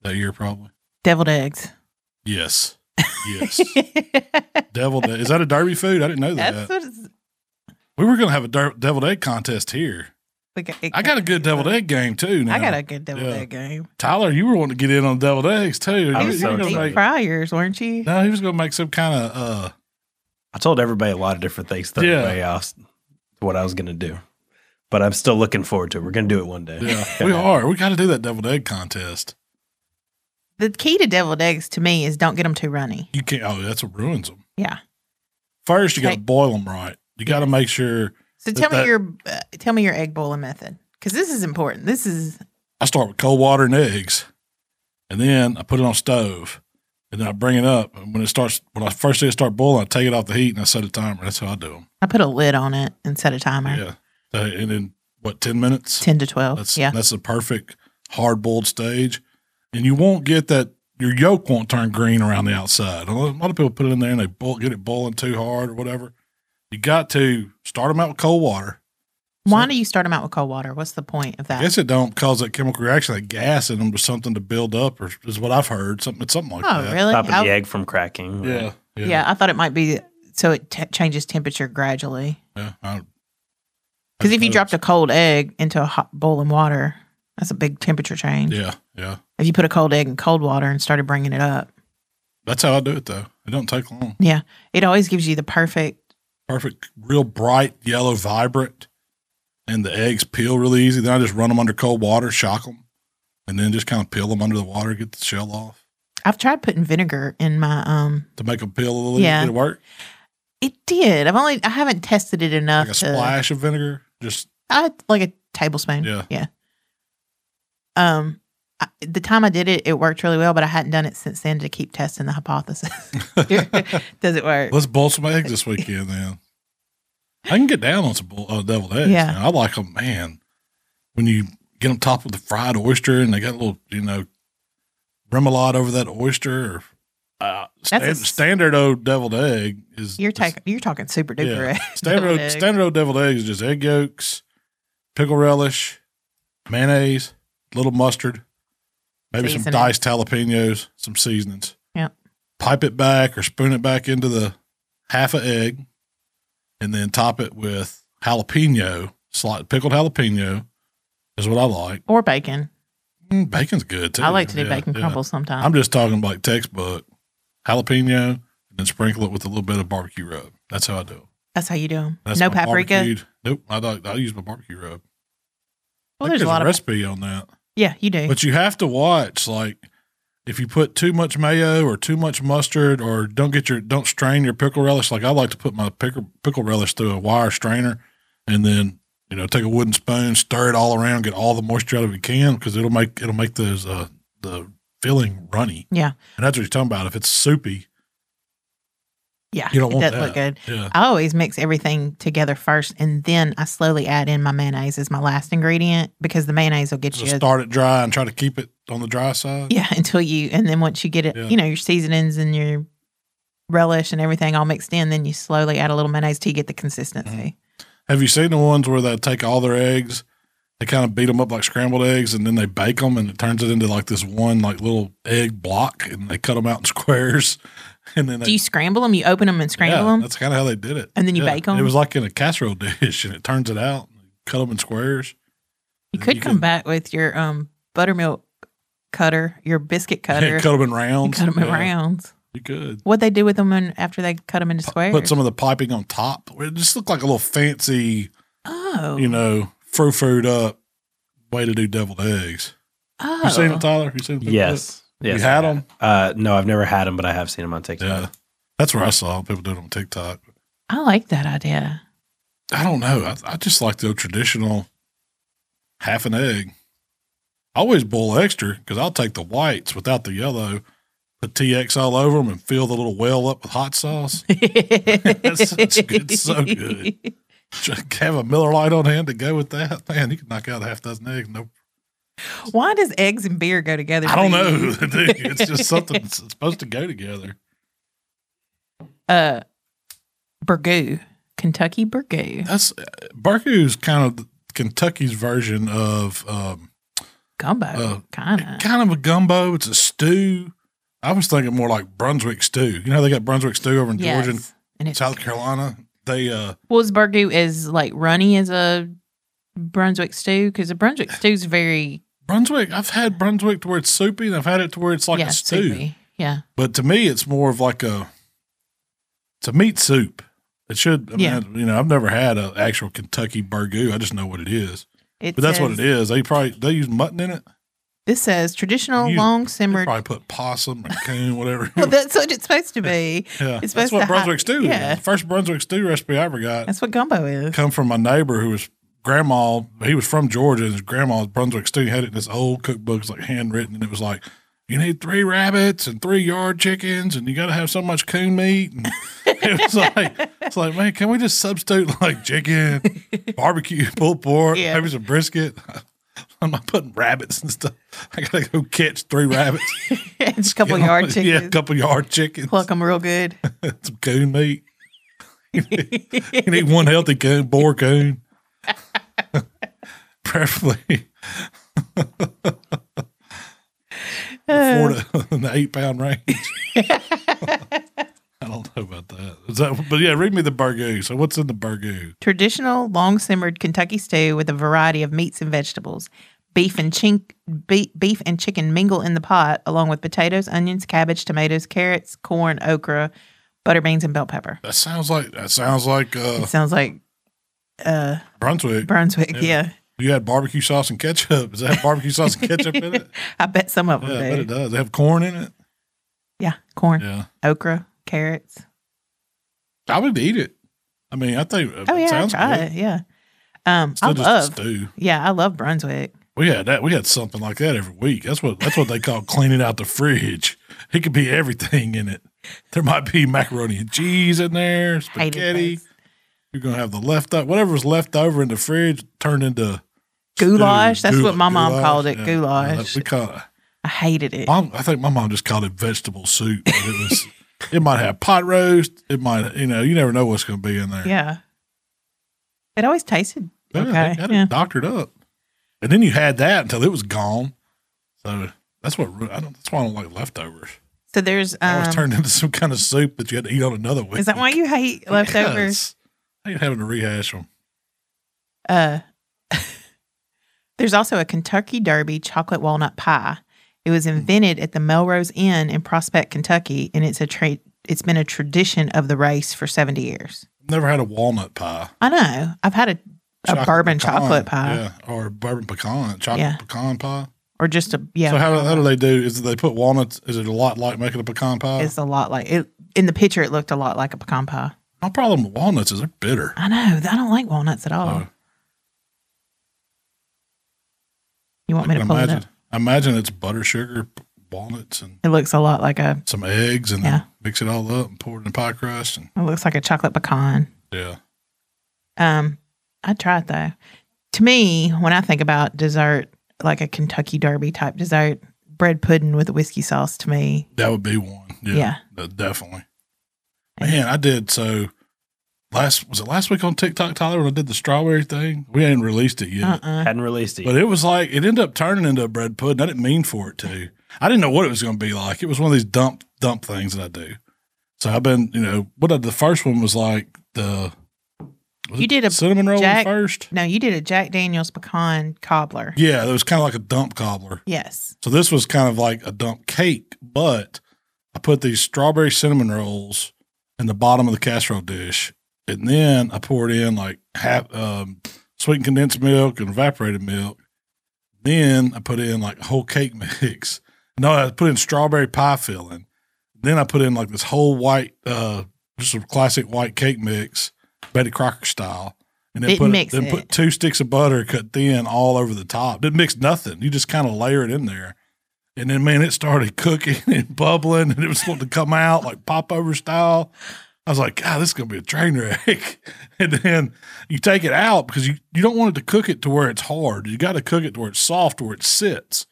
that year probably. Deviled eggs. [LAUGHS] Yes, yes. [LAUGHS] That's deviled egg. Is that a Derby food? I didn't know that. what it's We were gonna have a der- deviled egg contest here. like. it- I got a good deviled egg game too. Now. I got a good deviled Yeah. egg game. Tyler. You were wanting to get in on deviled eggs too. I You You- was was you so were deep gonna excited. make- fryers, weren't you? no, he was gonna make some kind of uh, I told everybody a lot of different things the Yeah. other day off what I was going to do, but I'm still looking forward to it. We're going to do it one day. [LAUGHS] yeah. we are. We got to do that deviled egg contest. The key to deviled eggs to me is don't get them too runny. You can't. Oh, that's what ruins them. Yeah. First, you got to Take- boil them right. You got to make sure. So But tell me that- your uh, tell me your egg boiling method because this is important. This is I start with cold water and eggs, and then I put it on stove, and then I bring it up. And when it starts, when I first see it start boiling, I take it off the heat and I set a timer. That's how I do them. I put a lid on it and set a timer, Yeah. Uh, and in what ten minutes? ten to twelve. That's yeah, that's the perfect hard boiled stage, and you won't get that. Your yolk won't turn green around the outside. A lot a lot of people put it in there and they boil, get it boiling too hard or whatever. You got to start them out with cold water. Why so- do you start them out with cold water? What's the point of I that? guess it don't cause that chemical reaction, that gas in them, to something to build up, or is what I've heard. Something, it's something like oh, that. really? Stopping I- the egg from cracking. Oh, Yeah, yeah. I thought it might be so it t- changes temperature gradually. yeah. I- Because if you I- dropped a cold egg into a hot boiling water, that's a big temperature change. yeah, yeah, If you put a cold egg in cold water and started bringing it up, that's how I do it though. It don't take long. yeah, it always gives you the perfect. perfect, real bright yellow, vibrant, and the eggs peel really easy. Then I just run them under cold water, shock them, and then just kind of peel them under the water, get the shell off I've tried putting vinegar in my um. to make them peel a little. Yeah. Did it work? It did. I've only I haven't tested it enough Like a to splash of vinegar. Just I like a tablespoon. Yeah. Yeah. Um, I, the time I did it, it worked really well, but I hadn't done it since then to keep testing the hypothesis. [LAUGHS] [LAUGHS] Does it work? let's boil some eggs this weekend, then. I can get down on some bull- uh, deviled eggs. Yeah. man. I like them, man. When you get them topped with the fried oyster, and they got a little, you know, remoulade over that oyster. Or, uh, That's a stand, s- standard old deviled egg is You're is- taking you're talking super duper. [LAUGHS] Standard deviled old, egg. standard old deviled eggs is just egg yolks, pickle relish, mayonnaise, little mustard, maybe some Seasoning. diced jalapenos, some seasonings. Yep. Pipe it back or spoon it back into the half a egg, and then top it with jalapeno, slight pickled jalapeno is what I like. or bacon. Mm, bacon's good too. I like to do Yeah, bacon yeah. crumbles sometimes. I'm just talking like textbook jalapeno, and then sprinkle it with a little bit of barbecue rub. That's how I do it. That's how you do them. That's no my paprika. barbecued- Nope. I don't, I use my barbecue rub. Well, I think there's a lot of recipe on that, yeah, you do. but you have to watch like if you put too much mayo or too much mustard or don't get your don't strain your pickle relish. Like I like to put my pickle pickle relish through a wire strainer, and then you know take a wooden spoon, stir it all around, get all the moisture out of it you can because it'll make it'll make those uh the filling runny. Yeah. and that's what you're talking about. If it's soupy, yeah, you don't it want does that. look good. yeah. I always mix everything together first, and then I slowly add in my mayonnaise as my last ingredient because the mayonnaise will get So you a start it dry and try to keep it on the dry side. Yeah, [LAUGHS] until you and then once you get it, Yeah. you know, your seasonings and your relish and everything all mixed in, then you slowly add a little mayonnaise till you get the consistency. Mm-hmm. Have you seen the ones where they take all their eggs, they kind of beat them up like scrambled eggs, and then they bake them, and it turns it into like this one like little egg block, and they cut them out in [LAUGHS] squares, and then they, Do you scramble them? You open them and yeah, scramble them? That's kind of how they did it. And then you Yeah. bake 'em? It was like in a casserole [LAUGHS] dish, and it turns it out. Cut them in squares. [LAUGHS] You could you come can- back with your um buttermilk cutter, your biscuit [LAUGHS] Yeah, cutter. cut them in rounds. cut them in Yeah, rounds. You could What they do with them in, after they cut them into squares? put some of the piping on top. It just looked like a little fancy, oh, you know, frou fruit up way to do deviled eggs. oh. You seen it, Tyler? You seen it? Yes. Yes. you had them. Uh, no, I've never had them, but I have seen them on TikTok. Yeah, that's where I saw people do it on TikTok. I like that idea. I don't know. I, I just like the old traditional half an egg. I always boil extra because I'll take the whites without the yellow, put TX all over them, and fill the little well up with hot sauce. that's, [LAUGHS] that's good. So good. Just have a Miller Lite on hand to go with that. Man, you can knock out half dozen eggs. No, [LAUGHS] Why does eggs and beer go together? I don't for you? know. [LAUGHS] Dude, it's just something that's supposed to go together. Uh, burgoo, Kentucky burgoo, That's Barku's kind of Kentucky's version of um, gumbo, Uh, kind of. kind of a gumbo. It's a stew. I was thinking more like Brunswick stew. You know, how they got Brunswick stew over in Yes. Georgia and and it's South Carolina. They uh Well, is burgoo as like runny as a Brunswick stew? Because a Brunswick stew's very Brunswick. I've had Brunswick to where it's soupy, and I've had it to where it's like yeah, a stew. soupy. Yeah, But to me, it's more of like a it's a meat soup. It should. I mean, Yeah. you know, I've never had an actual Kentucky burgoo. I just know what it is. it But that's what says- it is. They probably they use mutton in it. This says traditional You- long They simmered. probably put possum or coon, whatever. Well, that's what [LAUGHS] it's supposed to be. [LAUGHS] yeah, that's it's supposed what to hi- Brunswick stew. yeah. Is. The first Brunswick stew recipe I ever got. That's what gumbo is. come from my neighbor who was grandma. He was from Georgia, and his grandma was Brunswick stew. He had it in this old cookbook, it's like handwritten, and it was like, you need three rabbits and three yard chickens, and you got to have so much coon meat. And [LAUGHS] it was like, it's like, man, can we just substitute like chicken, [LAUGHS] barbecue, pulled pork, Yeah. maybe some brisket? [LAUGHS] I'm not putting rabbits and stuff. I gotta go catch three rabbits. [LAUGHS] it's a couple yard [LAUGHS] chickens. Yeah, a couple yard chickens. Pluck them [LAUGHS] real good. some coon meat. [LAUGHS] you need one healthy coon, boar coon, [LAUGHS] preferably [LAUGHS] four Uh, to in [LAUGHS] the eight pound range. [LAUGHS] I don't know about that. Is that. But yeah, read me the burgoo. So what's in the burgoo? traditional long simmered Kentucky stew with a variety of meats and vegetables. Beef and chink, beef, beef and chicken mingle in the pot along with potatoes, onions, cabbage, tomatoes, carrots, corn, okra, butter beans, and bell pepper. That sounds like that sounds like uh, It sounds like uh Brunswick. Brunswick. Yeah. You had barbecue sauce and ketchup. Does that have barbecue sauce [LAUGHS] and ketchup in it? I bet some of them Yeah, I do. bet it does. They have corn in it. Yeah, corn, Yeah, okra, carrots. I would eat it. I mean, I think uh, Oh it yeah, I sounds try good. it. Yeah. Um, Still I just love. a stew. Yeah, I love Brunswick. We had that. We had something like that every week. That's what that's what they call cleaning out the fridge. It could be everything in it. There might be macaroni and cheese in there, Hated spaghetti. those. You're gonna have the leftover whatever was left over in the fridge turned into Goulash. stew. That's what my mom Goulash, called it. yeah. Goulash. We call it, I hated it. mom, I think my mom just called it vegetable soup. But it was. it might have pot roast. It might. You know. You never know what's gonna be in there. Yeah. It always tasted Yeah, okay. they had yeah. it doctored up, and then you had that until it was gone. So that's what ru- I don't. That's why I don't like leftovers. So there's It always um. turned into some kind of soup that you had to eat on another week. Is that why you hate leftovers? Yes. I ain't having to rehash them. Uh, [LAUGHS] there's also a Kentucky Derby chocolate walnut pie. It Hmm. was invented at the Melrose Inn in Prospect, Kentucky, and it's a tra- it's been a tradition of the race for 70 years. Never had a walnut pie. I know. I've had a, a Chocolate bourbon pecan, chocolate pie yeah, or bourbon pecan, chocolate Yeah. pecan pie. or just a yeah. so how, how do they do? Is it they put walnuts? Is it a lot like making a pecan pie? it's a lot like it in the picture it looked a lot like a pecan pie. My problem with walnuts is they're bitter. I know. I don't like walnuts at all. Oh. you want me to But pull it imagine, up? imagine it's butter, sugar, p- walnuts, and It looks a lot like a. some eggs, and Yeah. then mix it all up and pour it in a pie crust. And It looks like a chocolate pecan. yeah, Um, I tried though. To me, when I think about dessert, like a Kentucky Derby type dessert, bread pudding with whiskey sauce. To me, that would be one. Yeah, Yeah. that- definitely. Man, I did so. Last was it last week on TikTok, Tyler? When I did the strawberry thing, we hadn't released it yet, uh, uh Hadn't released it. but it was like it ended up turning into a bread pudding. I didn't mean for it to. I didn't know what it was going to be like. It was one of these dump dump things that I do, So I've been, you know, what I- the first one was like the was You it did a cinnamon roll Jack- first. No, you did a Jack Daniels pecan cobbler. Yeah, it was kind of like a dump cobbler. Yes. So this was kind of like a dump cake, but I put these strawberry cinnamon rolls in the bottom of the casserole dish, and then I poured in like half um, sweetened condensed milk and evaporated milk. Then I put in like a whole cake mix. [LAUGHS] No, I put in strawberry pie filling. Then I put in like this whole white, uh, just a classic white cake mix, Betty Crocker style. And then Didn't put mix then it. put two sticks of butter cut thin all over the top. Didn't mix nothing. You just kind of layer it in there. And then man, it started [LAUGHS] cooking and bubbling, and it was supposed to come out like popover style. I was like, God, this is gonna be a train wreck. [LAUGHS] and then you take it out because you, you don't want it to cook it to where it's hard. You got to cook it to where it's soft, where it sits.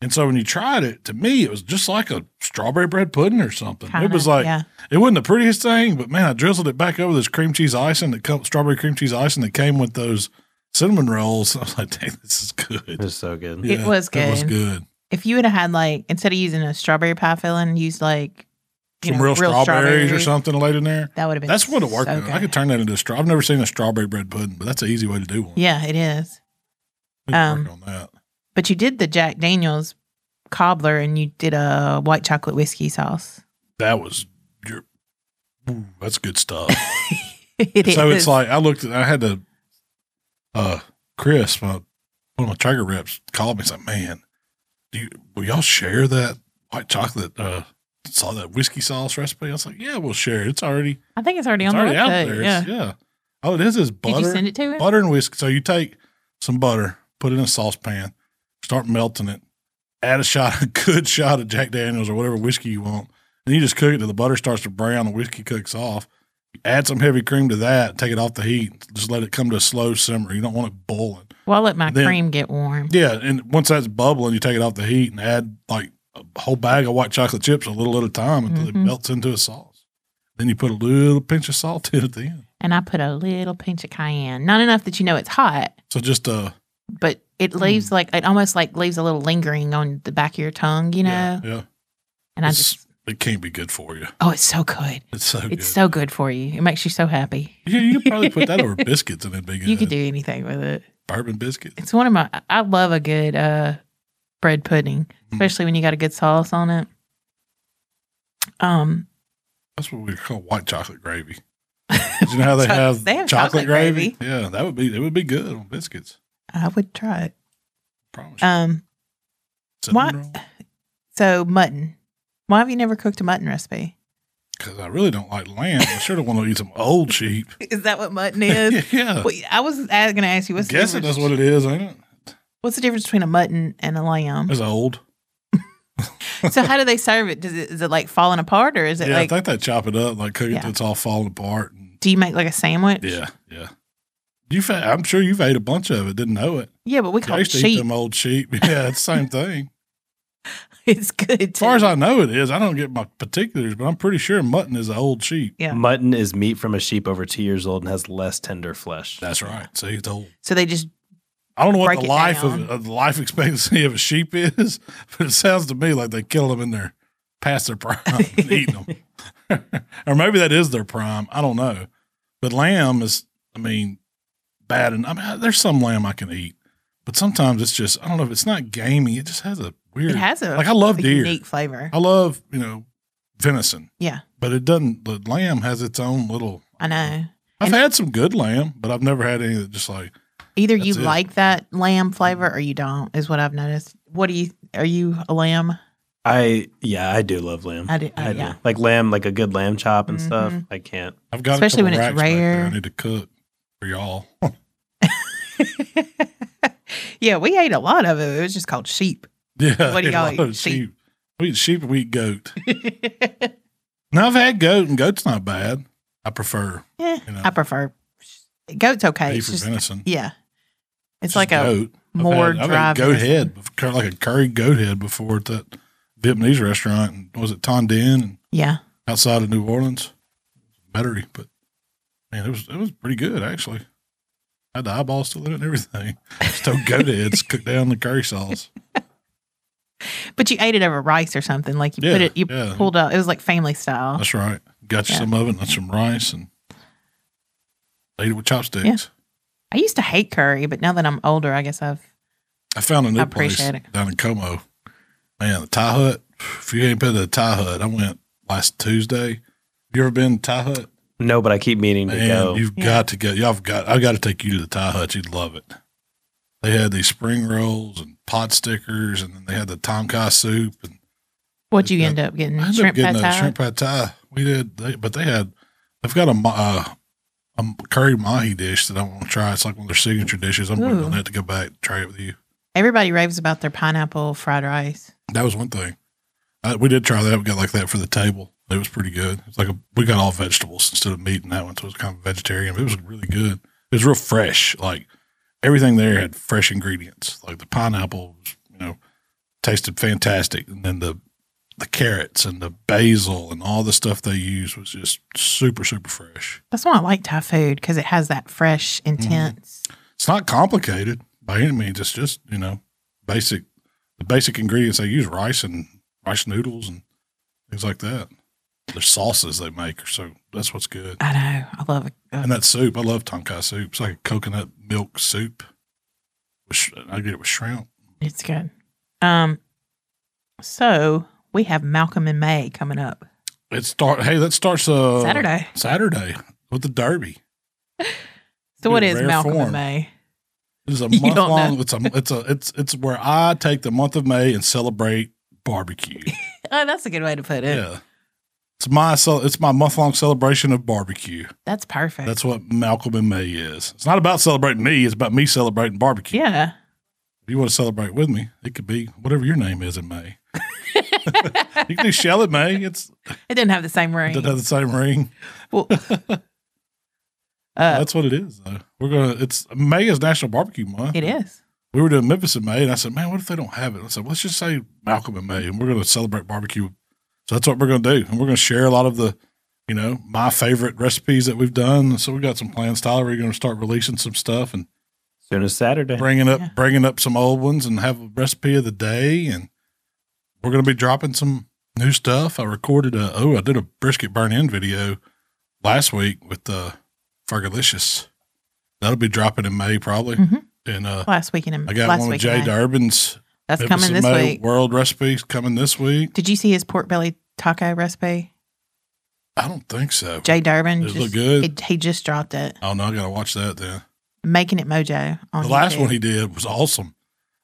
And so when you tried it, to me, it was just like a strawberry bread pudding or something. it Kinda, was like yeah. it wasn't the prettiest thing, but man, I drizzled it back over this cream cheese icing that come, strawberry cream cheese icing that came with those cinnamon rolls. [LAUGHS] I was like, dang, this is It good. was so good. It was It was good. good. If you would have had like instead of using a strawberry pie filling, use like you Some know, real, strawberries or strawberry, something laid in there. That would have been That's what it worked. so on. I good. could turn that into a straw. I've never seen a strawberry bread pudding, but that's an easy way to do one. Yeah, it is. We can work um, on that. But you did the Jack Daniels cobbler and you did a white chocolate whiskey sauce. [LAUGHS] That was your. ooh, that's good stuff. [LAUGHS] It so is. it's like I looked at. I had to. Uh, Chris, my one of my tiger reps called me. He's like, "Man, do you, will y'all share that white chocolate? Uh, saw that whiskey sauce recipe." I was like, "Yeah, we'll share it. It's already I think it's already it's on already the out website. there. Yeah. It's- yeah. All it is is butter. Did you send it to him? butter and whiskey. So you take some butter, put it in a saucepan, start melting it, add a shot, [LAUGHS] a good shot of Jack Daniels or whatever whiskey you want. Then you just cook it till the butter starts to brown, the whiskey cooks off. Add some heavy cream to that, take it off the heat, just let it come to a slow simmer. You don't want it boiling. Well, I'll let my Then- cream get warm. Yeah, and once that's bubbling, you take it off the heat and add like a whole bag of white chocolate chips a little at a time until Mhm. it melts into a sauce. Then you put a little pinch of salt [LAUGHS] in at the end. And I put a little pinch of cayenne. Not enough that you know it's hot, So just uh but it Hmm. leaves like it almost like leaves a little lingering on the back of your tongue, you know? yeah, yeah, And I It's- just it can't be good for you. oh, it's so good. It's so good. It's so good for you. It makes you so happy. Yeah, you could probably put that [LAUGHS] over biscuits and it'd be good. You could do anything with it. bourbon biscuits. It's one of my I love a good uh bread pudding, Mm-hmm. especially when you got a good sauce on it. Um That's what we call white chocolate [LAUGHS] gravy. 'Cause you know how they Cho- have, they have chocolate Yeah, that would be it would be good on biscuits. I would try it. Promise. Um what- so mutton. Why have you never cooked a mutton recipe? [LAUGHS] Because I really don't like lamb. I sure don't want to eat some old [LAUGHS] sheep. Is that [LAUGHS] what mutton is? yeah, Wait, I was going to ask you what's the guessing difference- that's what it is, ain't it? what's the difference between a mutton and [LAUGHS] a lamb? It's old. so how do they serve it? Does it is it like falling apart or is it Yeah, like I think they chop it up, like cook it Yeah. till it's all falling apart. And, do you make like a sandwich? yeah, yeah. You, fa- I'm sure you've ate a bunch of it. Didn't know it. Yeah, but we I call used it to eat sheep. [LAUGHS] them old sheep. [LAUGHS] Yeah, it's the same thing. It's good. As far as I know, it is. I don't get my particulars, but I'm pretty sure mutton is an old sheep. Yeah. Mutton is meat from a sheep over two years old and has less tender flesh. That's right. See, it's old. so they just I don't know what Break the it life of, down. of the life expectancy of a sheep [LAUGHS] is, but it sounds to me like they killed them in their past their prime, [LAUGHS] and eating them, [LAUGHS] or maybe that is their prime. I don't know. But lamb is, I mean, bad. And I mean, there's some lamb I can eat, but sometimes it's just I don't know if it's not gamey. It just has a weird. it has a like I love a deer. unique flavor. I love you know venison, Yeah, but it doesn't. The lamb has its own little. I know. I've And- had some good lamb, but I've never had any that just like Either you That's it. like that lamb flavor or you don't is what I've noticed. What do you are you a lamb? I yeah, I do love lamb. I uh, do. I, I do. yeah. Like lamb, like a good lamb chop and stuff. Mhm. I can't. I've got Especially a couple when it's racks back there rare. I need to cook for y'all. [LAUGHS] yeah, [LAUGHS] we ate a lot of it. It was just called sheep. [LAUGHS] yeah, What do a y'all lot eat? of Sheep? Sheep. We eat sheep and we eat goat. now I've had goat and goat's not bad. I prefer Eh, You know. I prefer goat's okay. beef It's or just, venison. yeah. It's like a goat. more I've had, dry I've had goat venison. head, bef- kind of like a curry goat head before at that Vietnamese restaurant. And was it Tondin and yeah. outside of New Orleans? Battery, but man, it was it was pretty good actually. I had the eyeballs still in it and everything. [LAUGHS] Still goat heads cooked down in the curry sauce. But you ate it over rice or something. Like you put Yeah, it, you yeah. pulled out. It was like family style. That's right. Got you Yeah. some of it, and some rice, and ate it with chopsticks. I used to hate curry, but now that I'm older, I guess I've I found a new I place appreciate it. down in Como. Man, the Thai Hut. If you ain't been to the Thai Hut, I went last Tuesday. You ever been to Thai Hut? No, but I keep meaning to Man, go. you've Yeah. got to go. Y'all have got. I've got to take you to the Thai Hut. You'd love it. They had these spring rolls and pot stickers, and then they had the tom kai soup. And what'd you Yeah. end up getting? I ended Shrimp up getting pad a thai. shrimp pad thai. We did, they, but they had. They've got a ma- uh, a curry mahi dish that I want to try. It's like one of their signature dishes. I'm waiting Ooh. on that to go back and try it with you. Everybody raves about their pineapple fried rice. That was one thing. I, we did try that. We got like that for the table. It was pretty good. It's like a, we got all vegetables instead of meat in that one, so it was kind of vegetarian. But it was really good. It was real fresh. Like everything there had fresh ingredients. Like the pineapple, was, you know, tasted fantastic, and then the the carrots and the basil and all the stuff they used was just super super fresh. That's why I like Thai food because it has that fresh, Mm-hmm. intense. It's not complicated by any means. It's just you know basic the basic ingredients they use rice and rice noodles and things like that. Their sauces they make, so that's what's good. I know. I love it. Uh, And that soup, I love tom kai soup. It's like a coconut milk soup. With sh- I get it with shrimp. It's good. Um, so we have Malcolm and May coming up It start. Hey, that starts uh, Saturday. Saturday with the Derby. So what in is rare Malcolm form. and May? It's a [LAUGHS] You month don't long. know. It's a. It's a. It's it's where I take the month of May and celebrate barbecue. Oh, that's a good way to put it. yeah, it's my cel- it's my month long celebration of barbecue. That's perfect. That's what Malcolm and May is. It's not about celebrating me. It's about me celebrating barbecue. yeah. If you want to celebrate with me, it could be whatever your name is in May. [LAUGHS] you can do Shell it May. It's It didn't have the same it ring. doesn't have the same ring. [LAUGHS] Well, uh, That's what it is. Though. We're gonna. It's May is National Barbecue Month. it is. We were doing Memphis in May, and I said, "Man, what if they don't have it?" I said, "Let's just say Malcolm in May, and we're gonna celebrate barbecue." So that's what we're gonna do, and we're gonna share a lot of the, you know, my favorite recipes that we've done. So we got some plans, Tyler. We're gonna start releasing some stuff and soon as Saturday. bringing up Yeah. bringing up some old ones and have a recipe of the day and we're going to be dropping some new stuff i recorded a oh i did a brisket burn in video last week with uh fergalicious that'll be dropping in may probably Mhm. and uh Last weekend in i got last one with week in jay May. durbin's That's Memphis coming in this May week. world recipes coming this week Did you see his pork belly taco recipe? i don't think so Jay Durbin. Does it just, look good? It, he just dropped it. oh no i gotta watch that then Making it mojo on the last YouTube. one he did was awesome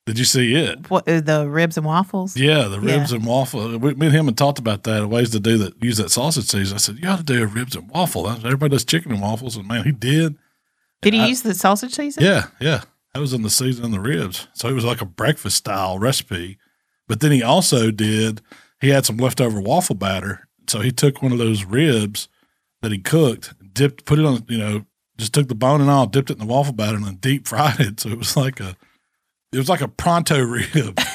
did you see it What uh, the ribs and waffles? Yeah, the ribs and waffle. We, me and him had talked about that ways to do that. Use that sausage season. I said you ought to do a ribs and waffle. Everybody does chicken and waffles, and man, he did. Did he I- use the sausage season? Yeah, yeah. That was in the season of the ribs, so it was like a breakfast style recipe. But then he also did. He had some leftover waffle batter, so he took one of those ribs that he cooked, dipped, put it on. You know, just took the bone and all, dipped it in the waffle batter, and then deep fried it. So it was like a, it was like a pronto [LAUGHS] rib.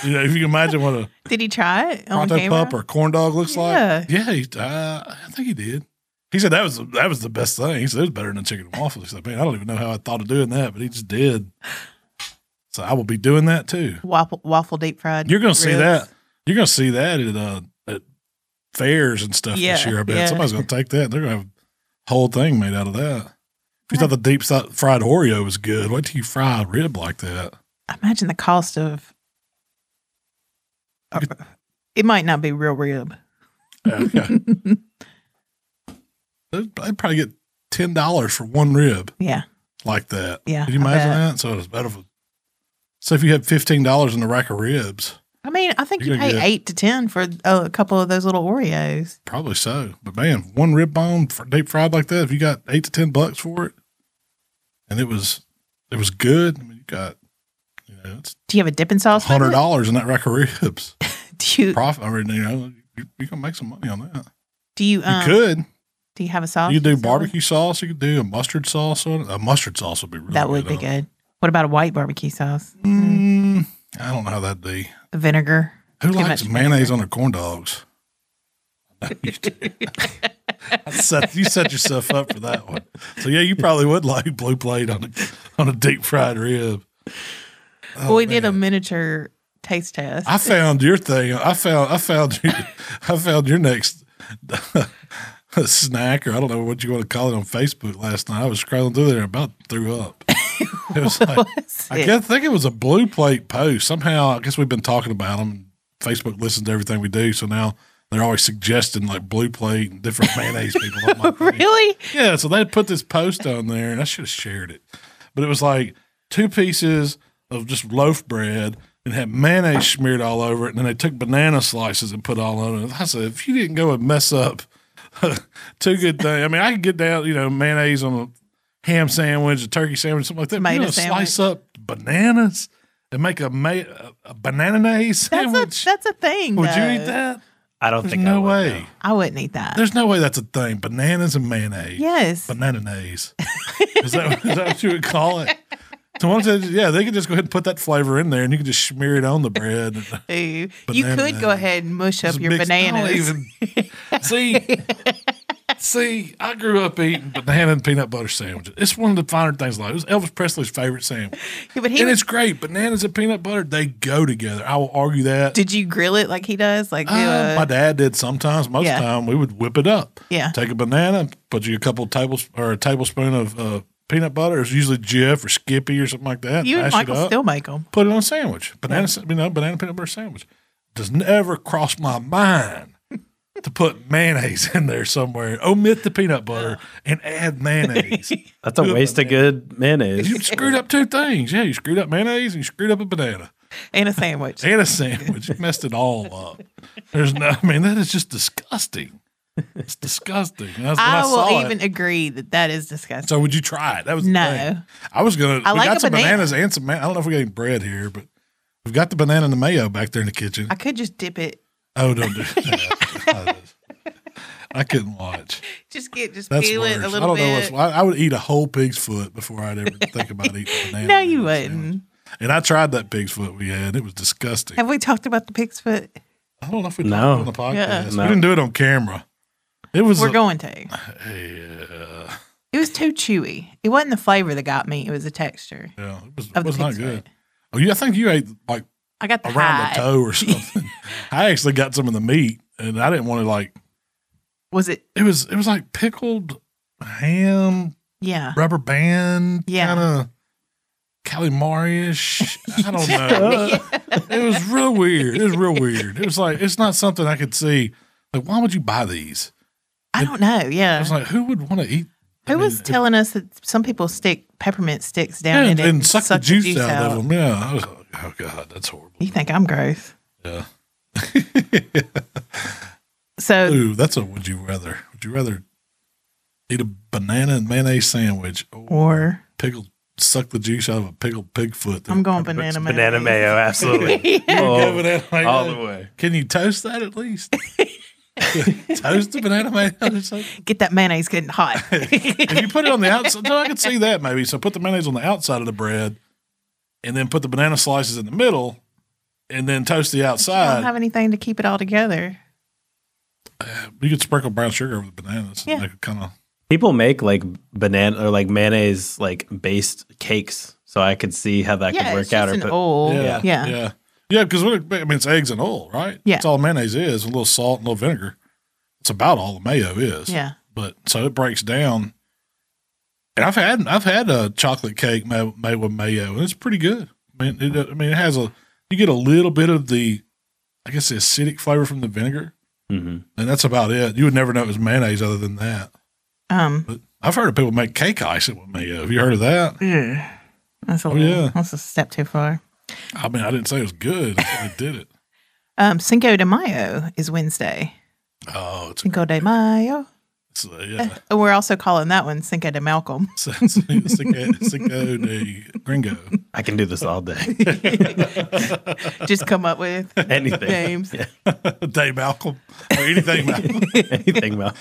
you know, if you can imagine what a Did he try it on Pronto camera? pup or corn dog looks Yeah. like. Yeah, he, uh, I think he did. He said that was that was the best thing. He said it was better than chicken and waffles. He said, man, I don't even know how I thought of doing that, but he just did. So I will be doing that too. waffle, waffle deep fried. You're gonna see ribs. that. You're gonna see that at uh, at fairs and stuff this Yeah, year. I bet yeah. somebody's gonna take that. They're gonna have a whole thing made out of that. If you thought the deep si- fried Oreo was good, wait till you fry a rib like that. Imagine the cost of. uh, It might not be real rib. Yeah. They'd they'd probably get ten dollars for one rib. Yeah. like that. Yeah, Can you I imagine bet. that? So it's better for. So if you had fifteen dollars in the rack of ribs, I mean, I think You're you gonna pay get- eight to ten for uh, a couple of those little Oreos. probably so. But man, one rib bone fr- deep fried like that, if you got eight to ten bucks for it, and it was it was good. I mean, you got you know it's Do you have a dipping sauce? with hundred it? dollars in that rack of ribs. [LAUGHS] Do you Profit. I mean, you know, you, you can make some money on that. do you You um, could. do you have a sauce? You could to do sell with? barbecue sauce. You could do a mustard sauce on it. A mustard sauce would be really That would be on it. good. What about a white barbecue sauce? Mm, I don't know how that'd be. The vinegar. Who Too likes much mayonnaise on their corn dogs? [LAUGHS] I set, you set yourself up for that one. So yeah, you probably would like blue plate on a on a deep fried rib. Oh, well, we did a man. miniature taste test. [LAUGHS] I found your thing. I found I found you, I found your next a [LAUGHS] snack or I don't know what you want to call it on Facebook last night. I was scrolling through there and about threw [LAUGHS] up. It was like, Was I it? guess, think it was a blue plate post. Somehow, I guess we've been talking about them. Facebook listens to everything we do, so now they're always suggesting like blue plate and [LAUGHS] different mayonnaise people. I'm like, really? yeah, so they put this post on there, and I should have shared it, but it was like two pieces of just loaf bread and had mayonnaise smeared all over it, and then they took banana slices and put all on it. I said, if you didn't go and mess up [LAUGHS] two good things, I mean, I could get down, you know, mayonnaise on a ham sandwich, a turkey sandwich, something like that. but You Tomato know, slice up bananas and make a ma- a- a banana That's sandwich. a that's a thing. Would you though. eat that? I don't There's think I no would, way. no. I wouldn't eat that. There's no way that's a thing. Bananas and mayonnaise. yes. Banana nays. is, that, is that what you would call it? So once they, yeah, they could just go ahead and put that flavor in there, and you could just smear it on the bread. Ooh. you could go banana. ahead and mush up [LAUGHS] Just your mix- I don't bananas. [LAUGHS] even- see, see, I grew up eating banana and peanut butter sandwiches. It's one of the finer things. Like it was Elvis Presley's favorite sandwich, Yeah, but he and would- it's great. Bananas and peanut butter, they go together. I will argue that. did you grill it like he does? Like do Uh, a- my dad did sometimes. Most Yeah. of the time, we would whip it up. Yeah. Take a banana, put you a couple tables or a tablespoon of uh, peanut butter. It's usually Jeff or Skippy or something like that. you and mash it Michael up, still make them. put it on a sandwich. Banana, sa- you know, banana peanut butter sandwich. Does never cross my mind to put mayonnaise in there somewhere. Omit the peanut butter and add [LAUGHS] mayonnaise. That's a waste of good mayonnaise. you screwed up two things. Yeah, you screwed up mayonnaise and you screwed up a banana [LAUGHS] in a sandwich. and a sandwich. You messed it all up. There's no, I mean, that is just disgusting. It's disgusting. And That's, I when I, will saw even It. agree that that is disgusting. So would you try it? That was the No. thing. I was gonna. I we like got a some banana. bananas and some. ma- I don't know if we got any bread here, but we've got the banana and the mayo back there in the kitchen. I could just dip it. oh, don't do that. I couldn't watch. Just get just That's peel worse. it I a little don't know. bit. What's, I, I would eat a whole pig's foot before I'd ever think about eating a banana. [LAUGHS] no, you in a sandwich. wouldn't. And I tried that pig's foot we had. It was disgusting. Have we talked about the pig's foot? I don't know if we No. talked on the podcast. Yeah. No. We didn't do it on camera. It was We're a- going to. [LAUGHS] Yeah, It was too chewy. It wasn't the flavor that got me. It was the texture. yeah, it was, it Of the was not pig's good. foot. Oh, yeah, I think you ate like I got the around hide. the toe [LAUGHS] or something. I actually got some of the meat, and I didn't want to like. Was it? It was it was like pickled ham, Yeah. rubber band, Yeah. kind of calamari-ish. I [LAUGHS] don't know. It was real weird. It was real weird. It was like it's not something I could see. Like, why would you buy these? I don't know. I Yeah. was like, who would want to eat? I Who mean, was telling us that some people stick peppermint sticks down and, in it and suck, the juice, out, of them. Yeah, I was like, oh god, that's horrible. You think I'm gross? Yeah. So Ooh, that's a would you rather? Would you rather eat a banana and mayonnaise sandwich or or pickled suck the juice out of a pickled pig foot? [LAUGHS] I'm going banana mayo. Banana [LAUGHS] mayo, absolutely. Go Oh, banana mayo. all the way. Can you toast that at [LAUGHS] least? toast the banana mayo or something? Get that mayonnaise [LAUGHS] getting hot. If you put it on the outside, no, I could see that maybe. So put the mayonnaise on the outside of the bread, and then put the banana slices in the middle, and then toast the I don't outside. have anything to keep it all together. You could sprinkle brown sugar over the bananas. Yeah. And make it kind of. People make like banana or like mayonnaise like based cakes, so I could see how that yeah, could work it's out. just or an put, oil. Yeah. Yeah. Yeah. Yeah. Because I mean, it's eggs and oil, right? Yeah. That's all mayonnaise is a little salt and a little vinegar. It's about all the mayo is. Yeah. But so it breaks down. And I've had I've had a chocolate cake ma- made with mayo, and it's pretty good. I mean, it, I mean, it has a you get a little bit of the, I guess, the acidic flavor from the vinegar, Mhm. and that's about it. You would never know it was mayonnaise other than that. Um. But I've heard of people make cake icing with mayo. Have you heard of that? ugh. That's a little, Oh, yeah. That's a step too far. I mean, I didn't say it was good. I did it. Um. Cinco de Mayo is Wednesday. [LAUGHS] Oh, it's, Cinco de Mayo. it's uh, yeah. And we're also calling that one Cinco de Malcolm. [LAUGHS] Cinco, Cinco de Gringo. [LAUGHS] I can do this all [LAUGHS] day. Just come up [LAUGHS] with anything, names. Day Malcolm or anything. Malcolm. anything. Well,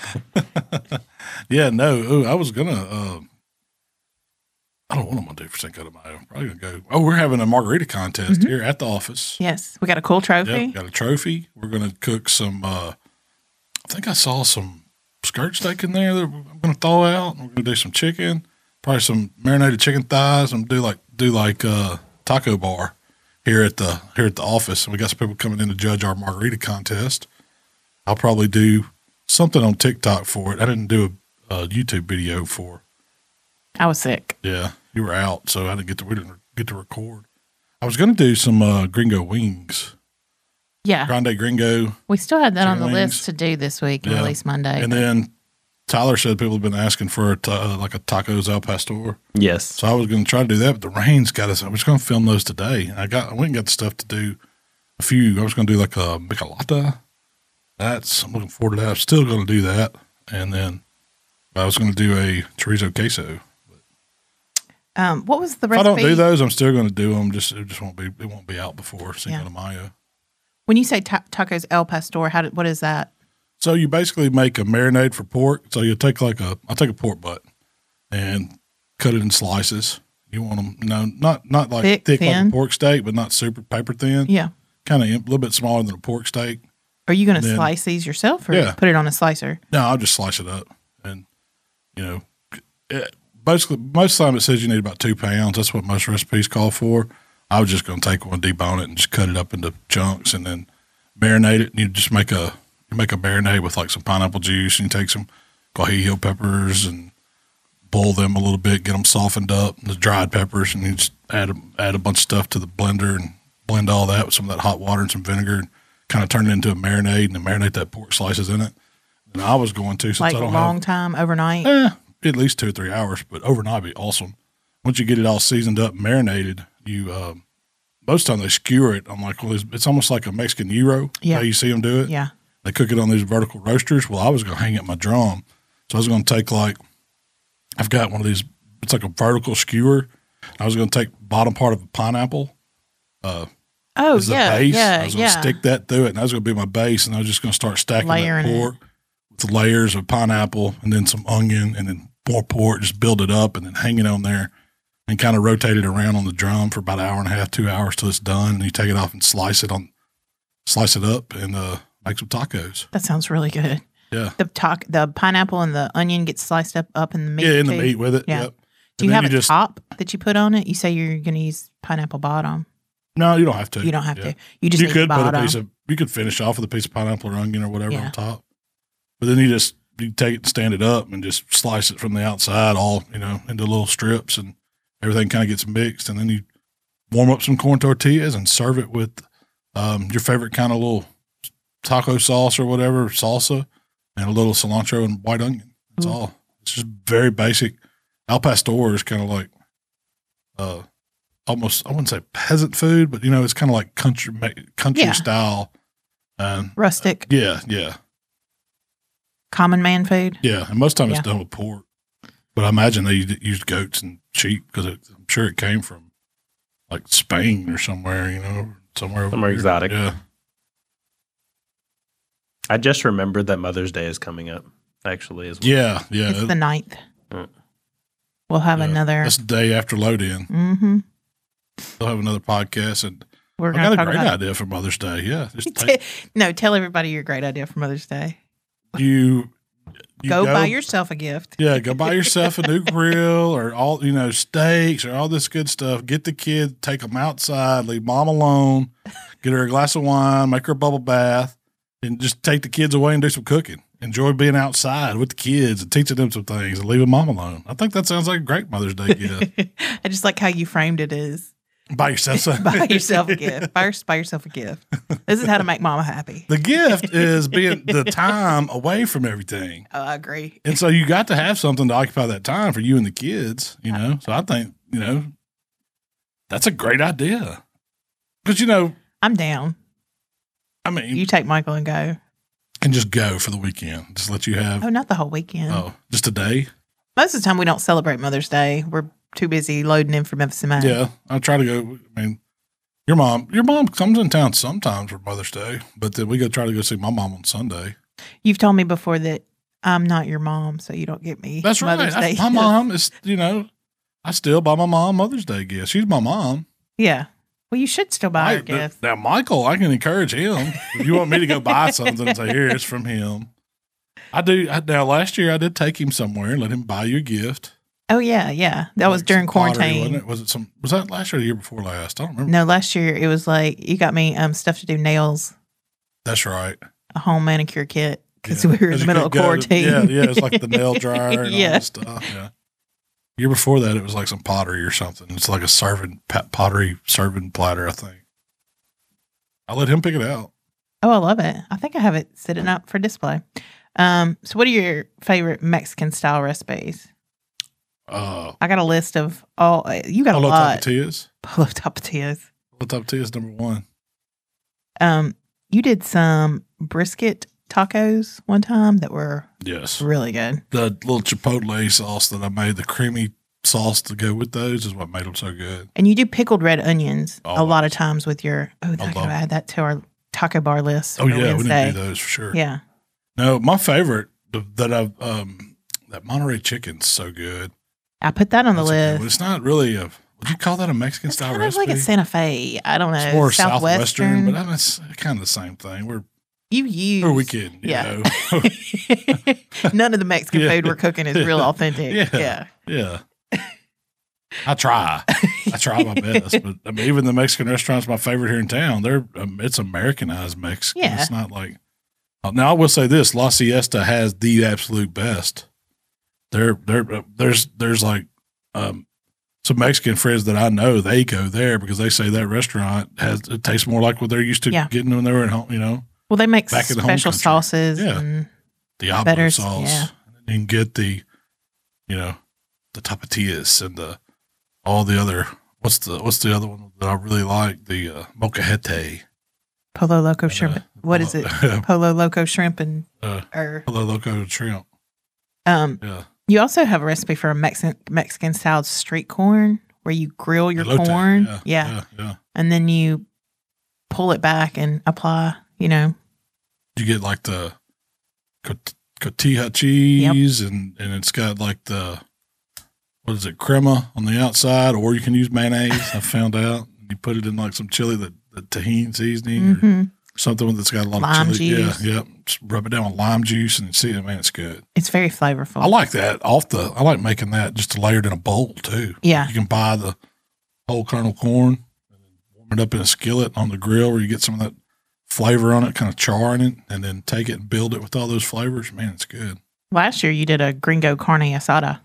Yeah, no. Ooh, I was gonna. Uh, I don't know what I'm gonna do for Cinco de Mayo. Probably gonna go. Oh, we're having a margarita contest here at the office. Yes. We got a cool trophy. Yep, got a trophy. We're gonna cook some. Uh, I think I saw some skirt steak in there that I'm gonna thaw out. We're gonna do some chicken, probably some marinated chicken thighs. and do like do like uh, taco bar here at the here at the office. And we got some people coming in to judge our margarita contest. I'll probably do something on TikTok for it. I didn't do a, a YouTube video for. I was sick. Yeah, you were out, so I didn't get to. We didn't get to record. I was going to do some uh, Gringo wings, Yeah. Grande Gringo, We still had that on the Chicken wings. list to do this week and Yeah. release Monday. and then Tyler said people have been asking for a ta- like a tacos al pastor. Yes. So I was going to try to do that, but the rain's got us. I was going to film those today. I got I went and got the stuff to do a few. I was going to do like a michelada. That's I'm looking forward to that. I'm still going to do that, and then I was going to do a chorizo queso. um, what was the If I recipe? don't do those, I'm still going to do them. Just it just won't be it won't be out before Cinco Yeah. de Mayo. When you say ta- tacos El Pastor, how did, what is that? So you basically make a marinade for pork. So you take like a I'll take a pork butt and cut it in slices. You want them no not not like thick, Thick, like a thin? pork steak, but not super paper thin. Yeah. kind of a little bit smaller than a pork steak. Are you going to Then- slice these yourself or Yeah. put it on a slicer? No, I'll just slice it up, and you know, it, basically most of the time it says you need about two pounds. That's what most recipes call for. I was just going to take one, debone it, and just cut it up into chunks, and then marinate it. And you just make a you make a marinade with like some pineapple juice, and you take some guajillo peppers and boil them a little bit, get them softened up, and the dried peppers, and you just add a, add a bunch of stuff to the blender and blend all that with some of that hot water and some vinegar, and kind of turn it into a marinade, and then marinate that pork slices in it. And I was going to since Like I a don't long have time overnight? eh, at least two or three hours, but overnight would be awesome. Once you get it all seasoned up, marinated, you um, most time they skewer it on like well, it's, it's almost like a Mexican gyro. Yeah. how you see them do it. yeah. They cook it on these vertical roasters. Well, I was going to hang up my drum. So I was going to take like, I've got one of these, it's like a vertical skewer. I was going to take bottom part of a pineapple Oh, as yeah. the base. Yeah. I was going to yeah. stick that through it and that was going to be my base. And I was just going to start stacking Layering that it. pork with layers of pineapple and then some onion and then more pork, just build it up and then hang it on there and kind of rotate it around on the drum for about an hour and a half, two hours till it's done. And you take it off and slice it on, slice it up and uh, make some tacos. that sounds really good. Yeah. The talk, the pineapple and the onion gets sliced up up in the meat. Yeah, in the too. meat with it. Yeah. Yep. Do And you then have a just, top that you put on it? You say you're going to use pineapple bottom. No, you don't have to. You don't have Yeah. to. You just you need could put a bottom. piece of. You could finish off with a piece of pineapple or onion or whatever Yeah. on top, but then you just you take it and stand it up and just slice it from the outside all you know into little strips and everything kind of gets mixed and then you warm up some corn tortillas and serve it with um, your favorite kind of little taco sauce or whatever salsa and a little cilantro and white onion. That's Ooh. all. It's just very basic. Al pastor is kind of like uh almost I wouldn't say peasant food, but you know it's kind of like country ma- country Yeah. style. Um, rustic, yeah, yeah, common man food. yeah. And most time it's Yeah. done with pork, but I imagine they u- used goats and sheep because I'm sure it came from like Spain or somewhere. You know, somewhere over Somewhere here. exotic. Yeah, I just remembered that Mother's Day is coming up, actually, as well. yeah, yeah. It's the ninth. Mm. We'll have yeah. another. That's the day after load in. hmm They'll have another podcast, and I We're going to got a talk great about. idea for Mother's Day. [LAUGHS] Yeah, just take- no, tell everybody your great idea for Mother's Day. you, you Go, buy yourself a gift. Yeah, [LAUGHS] go buy yourself a new grill or all you know steaks or all this good stuff. Get the kid, take them outside, leave mom alone, get her a glass of wine, make her a bubble bath, and just take the kids away and do some cooking. Enjoy being outside with the kids and teaching them some things and leaving mom alone. I think that sounds like a great Mother's Day [LAUGHS] gift. I just like how you framed it as [LAUGHS] buy yourself some. buy yourself a gift. Buy, your- buy yourself a gift. This is how to make mama happy. [LAUGHS] The gift is being the time away from everything. Oh, I agree. And so you got to have something to occupy that time for you and the kids, you know? So I think, you know, that's a great idea. Because, you know, I'm down. I mean, You take Michael and go. can just go for the weekend. Just let you have, Oh, not the whole weekend. oh, just a day. Most of the time, we don't celebrate Mother's Day. We're too busy loading in for Memphis and Mac. Yeah. I try to go. I mean, your mom, your mom comes in town sometimes for Mother's Day, but then we go try to go see my mom on Sunday. You've told me before that I'm not your mom, so you don't get me. That's Mother's right. I- Day. [LAUGHS] my mom is, you know, I still buy my mom Mother's Day gifts. She's my mom. yeah. Well, you should still buy her Mike, th- gifts. Now, Michael, I can encourage him. If you want me to go [LAUGHS] buy something and say, here, it's from him. I do. I, now, last year I did take him somewhere and let him buy you a gift. Oh yeah, yeah. That was Like during some pottery, quarantine. wasn't it? Was it some, was that last year or the year before last? I don't remember. No, last year it was like you got me um stuff to do nails, That's right. a home manicure kit. because we were in the middle of quarantine. Yeah, yeah. It's like the nail dryer and all Yeah. that stuff. Yeah. Year before that, it was like some pottery or something. It's like a serving pa- pottery serving platter, I think. I let him pick it out. [LAUGHS] Oh, I love it. I think I have it sitting up for display. Um, so what are your favorite Mexican style recipes? Uh, I got a list of all. uh, You got a Polo lot. Tapatillas. [LAUGHS] Polo tapatillas. Polo Tapatillas number one. Um, you did some brisket tacos one time that were Yes. really good. The little chipotle sauce that I made, the creamy sauce to go with those is what made them so good. And you do pickled red onions a lot of Always. times with your. Oh, I Oh, love gotta add that to our taco bar list. Oh, for yeah. We need to Wednesday. do those for sure. Yeah. No, my favorite th- that I've, um, that Monterey chicken's so good. I put that on the That's a good one. list. It's not really a. Would you call that a Mexican It's style kind of recipe? like a Santa Fe. I don't know. it's more southwestern, southwestern. but I mean, it's kind of the same thing. We're you use. we're [LAUGHS] wicked, you Yeah. know. [LAUGHS] None of the Mexican Yeah. food we're cooking is [LAUGHS] real Yeah. authentic. Yeah. Yeah. yeah. I try. I try my best, but I mean, even the Mexican restaurants, my favorite here in town, they're um, it's Americanized Mexican. Yeah. It's not like uh, now. I will say this: La Siesta has the absolute best. There, there, uh, there's, there's like um, some Mexican friends that I know. They go there because they say that restaurant has it tastes more like what they're used to Yeah. getting when they were at home. You know, Well, they make Back in the home special country. sauces. Yeah. And Diablo Better, sauce. yeah. And you can get the, you know, the tapatillas and the all the other. What's the what's the other one that I really like? The uh, molcajete. Polo Loco shrimp. Uh, Oh, what is it? Polo Loco shrimp and [LAUGHS] Uh, or Polo loco shrimp. um. Yeah. You also have a recipe for a Mexican Mexican style street corn where you grill your elote, corn. Yeah, yeah. yeah. yeah. And then you pull it back and apply. You know. You get like the cot- cotija cheese, and and it's got like the what is it crema on the outside, or you can use mayonnaise. I found out you put it in like some chili that the tahini seasoning or hmm something that's got a lot Lime of chili. juice. Yeah, yeah. Just rub it down with lime juice and see it. Man, it's good. It's very flavorful. I like that off the. I like making that just layered in a bowl too. Yeah. You can buy the whole kernel corn, warm it up in a skillet on the grill, where you get some of that flavor on it, kind of char in it, and then take it and build it with all those flavors. Man, it's good. Last year you did a gringo [LAUGHS] carne asada.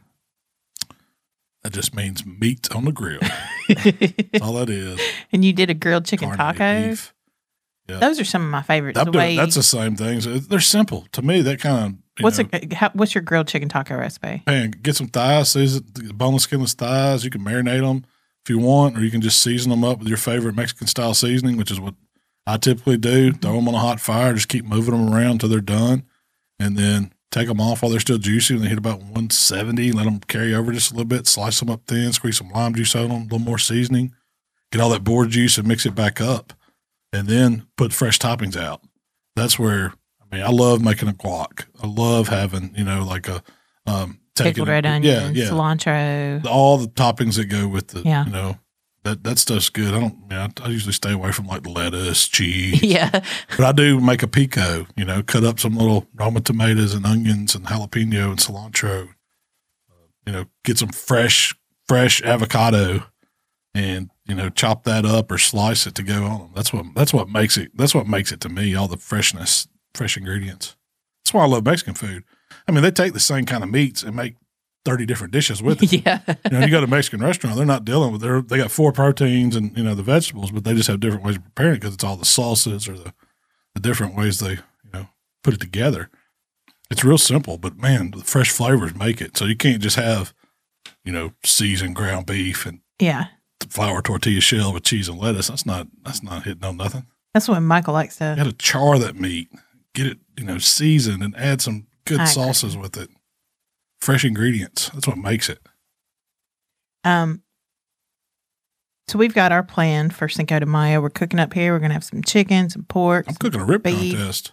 That just means meat on the grill. That's all that is. [LAUGHS] and you did a grilled chicken Carne, taco. beef. Yeah. Those are some of my favorites. I'm the doing- way, that's the same things. They're simple to me. That kind of what's know, a, how, what's your grilled chicken taco recipe? pan. Get some thighs, season boneless, skinless thighs. You can marinate them if you want, or you can just season them up with your favorite Mexican style seasoning, which is what I typically do. Throw them on a hot fire, just keep moving them around until they're done, and then take them off while they're still juicy. When they hit about 170, let them carry over just a little bit. Slice them up thin, squeeze some lime juice on them, a little more seasoning. Get all that board juice and mix it back up, and then put fresh toppings out. That's where I mean I love making a guac. I love having you know like a um, taking Pickled a- red onion, yeah, yeah, [LAUGHS] cilantro. all the toppings that go with the Yeah. you know that that stuff's good. I don't. I, mean, I, I usually stay away from like lettuce, cheese, Yeah, but I do make a pico. You know, cut up some little Roma tomatoes and onions and jalapeno and cilantro. You know, get some fresh fresh avocado, and you know chop that up or slice it to go on them. That's what that's what makes it. That's what makes it to me. All the freshness, fresh ingredients. That's why I love Mexican food. I mean, they take the same kind of meats and make thirty different dishes with it [LAUGHS] yeah. you know, you go to a Mexican restaurant, they're not dealing with their they got four proteins and you know the vegetables, but they just have different ways of preparing it because it's all the sauces or the, the different ways they you know put it together. It's real simple, but man, the fresh flavors make it. So you can't just have you know seasoned ground beef and yeah. flour tortilla shell with cheese and lettuce. That's not that's not hitting on nothing. That's what Michael likes You to. got to char that meat, get it you know seasoned, and add some good I agree. sauces with it. Fresh ingredients. That's what makes it. Um, so we've got our plan for Cinco de Mayo. We're cooking up here. We're gonna have some chicken, some pork. I'm some- cooking a rib Beef. contest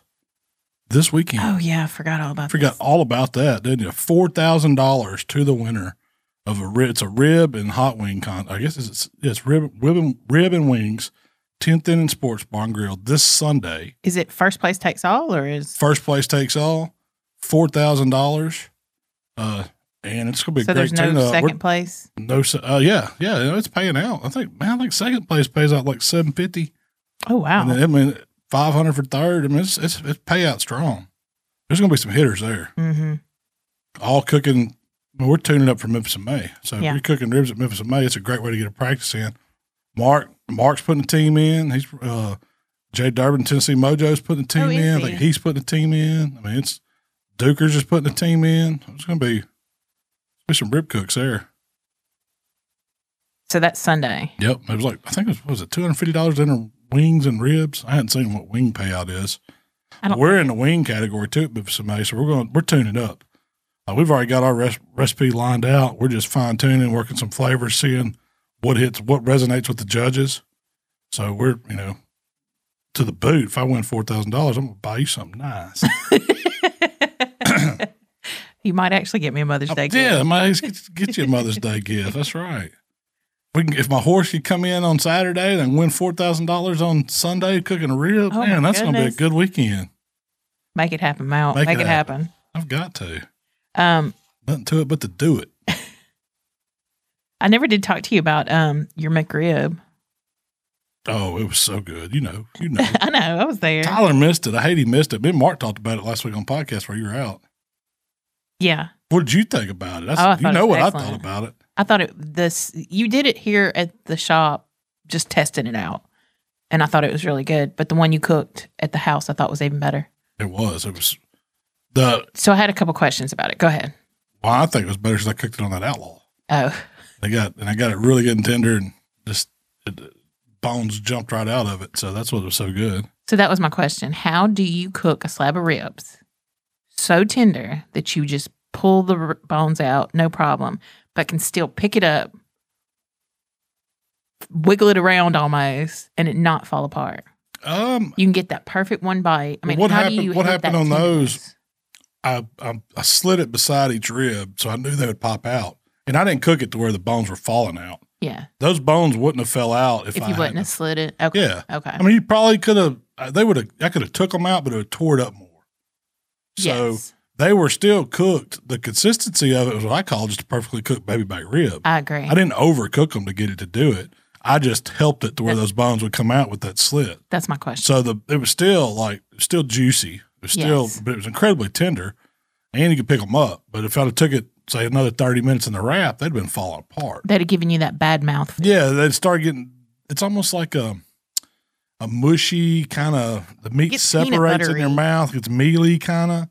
this weekend. Oh yeah, I forgot all I about. forgot this. all about that, didn't you? Four thousand dollars to the winner of a rib. It's a rib and hot wing con. I guess it's it's rib rib and, rib and wings. Tenth Inning Sports Bar and Grill this Sunday. Is it first place takes all, or is First place takes all. Four thousand dollars. Uh, and it's gonna be a so? great There's no turnout. We're- second place. no se- uh, yeah, yeah. It's paying out. I think man, I think second place pays out like seven fifty. Oh wow. And then, I mean, 500 for third. I mean, it's, it's, it's payout strong. There's going to be some hitters there. hmm All cooking. Well, we're tuning up for Memphis in May. So if Yeah. you're cooking ribs at Memphis in May, it's a great way to get a practice in. Mark Mark's putting a team in. He's uh, Jay Durbin, Tennessee Mojo's putting a team Oh, is in. I he? think he's putting a team in. I mean, it's Duker's just putting a team in. It's going to be be some rib cooks there. So that's Sunday. Yep. It was like, I think it was, what was it $250 in wings and ribs? I hadn't seen what wing payout is. I don't- We're in the wing category too, but for somebody, so we're going, we're tuning up. Uh, we've already got our res- recipe lined out. We're just fine tuning, working some flavors, seeing what hits, what resonates with the judges. So we're, you know, to the boot. If I win four thousand dollars, I'm gonna buy you something nice. You might actually get me a Mother's Day yeah, gift. my get, get you a Mother's Day gift. That's right. We can, if my horse could come in on Saturday and win four thousand dollars on Sunday cooking a rib, Oh, my man, that's gonna be a goodness. good weekend. Make it happen, Mount. Make, it happen. I've got to. Um, Nothing to it but to do it. I never did talk to you about um your McRib. [LAUGHS] Oh, it was so good. You know, you [LAUGHS] know. I know I was there. Tyler missed it. I hate he missed it. Me and Mark talked about it last week on podcast where you were out. Yeah, What did you think about it? That's, Oh, I you thought it know was what I thought excellent. about it. I thought it. This you did it here at the shop, just testing it out, and I thought it was really good. But the one you cooked at the house, I thought was even better. It was. It was the So I had a couple questions about it. Go ahead. well, I think it was better because I cooked it on that outlaw. Oh, They got and I got it really good and tender and just it, bones jumped right out of it. So that's what was so good. so that was my question. How do you cook a slab of ribs so tender that you just pull the r- bones out, no problem, but can still pick it up, wiggle it around almost, and it not fall apart? Um, You can get that perfect one bite. I mean, What how happened- do you what hit that happened on those? tenderness? I, I I slid it beside each rib, so I knew they would pop out. And I didn't cook it to where the bones were falling out. Yeah, Those bones wouldn't have fell out if, if I you wouldn't hadn't have slid it. Okay. Yeah. Okay. I mean, you probably could have. uh, They would have. I could have took them out, but it would have tore it up more. So yes, they were still cooked. The consistency of it was what I call just a perfectly cooked baby back rib. I agree. I didn't overcook them to get it to do it. I just helped it to where That's- those bones would come out with that slit. That's my question. So the it was still like still juicy. It was still, Yes. but it was incredibly tender, and you could pick them up. But if I'd have took it say another thirty minutes in the wrap, they'd been falling apart. That had given you that bad mouth. feel. Yeah, they start getting. It's almost like a a mushy kind of the meat Gets peanut separates in your buttery. mouth. It's mealy kind of.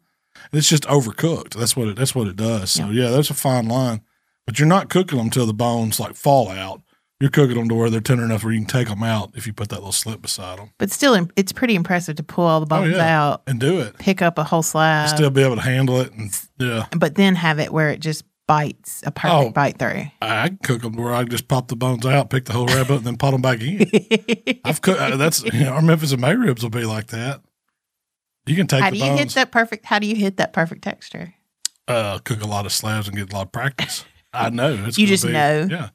It's just overcooked. That's what it. That's what it does. So yeah, that's a fine line. But you're not cooking them till the bones like fall out. You're cooking them to where they're tender enough where you can take them out if you put that little slip beside them But still, im- it's pretty impressive to pull all the bones Oh, yeah. out, and do it. pick up a whole slab, And still be able to handle it. And yeah, but then have it where it just bites a perfect Oh. bite through. I I can cook them to where I just pop the bones out, pick the whole rabbit, and then pot them back in. I've cooked. That's [LAUGHS] you know, our Memphis and May ribs will be like that. You can take how the do you bones. hit that perfect? How do you hit that perfect texture? uh, cook a lot of slabs and get a lot of [LAUGHS] practice. I know. It's You gonna just know. Yeah.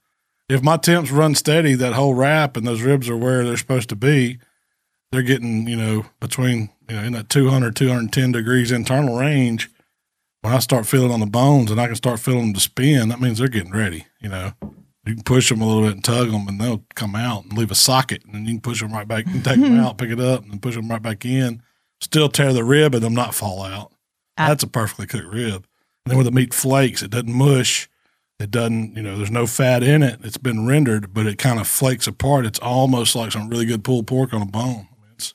If my temps run steady, that whole wrap and those ribs are where they're supposed to be, they're getting, you know, between, you know, in that 200, 210 degrees internal range. When I start feeling on the bones and I can start feeling them to spin, that means they're getting ready. You know, you can push them a little bit and tug them and they'll come out and leave a socket. And then you can push them right back and take [LAUGHS] them out, pick it up and push them right back in. Still tear the rib and them not fall out. Ah. That's a perfectly cooked rib. And then when the meat flakes, it doesn't mush. It doesn't, you know, there's no fat in it. It's been rendered, but it kind of flakes apart. It's almost like some really good pulled pork on a bone. I mean, it's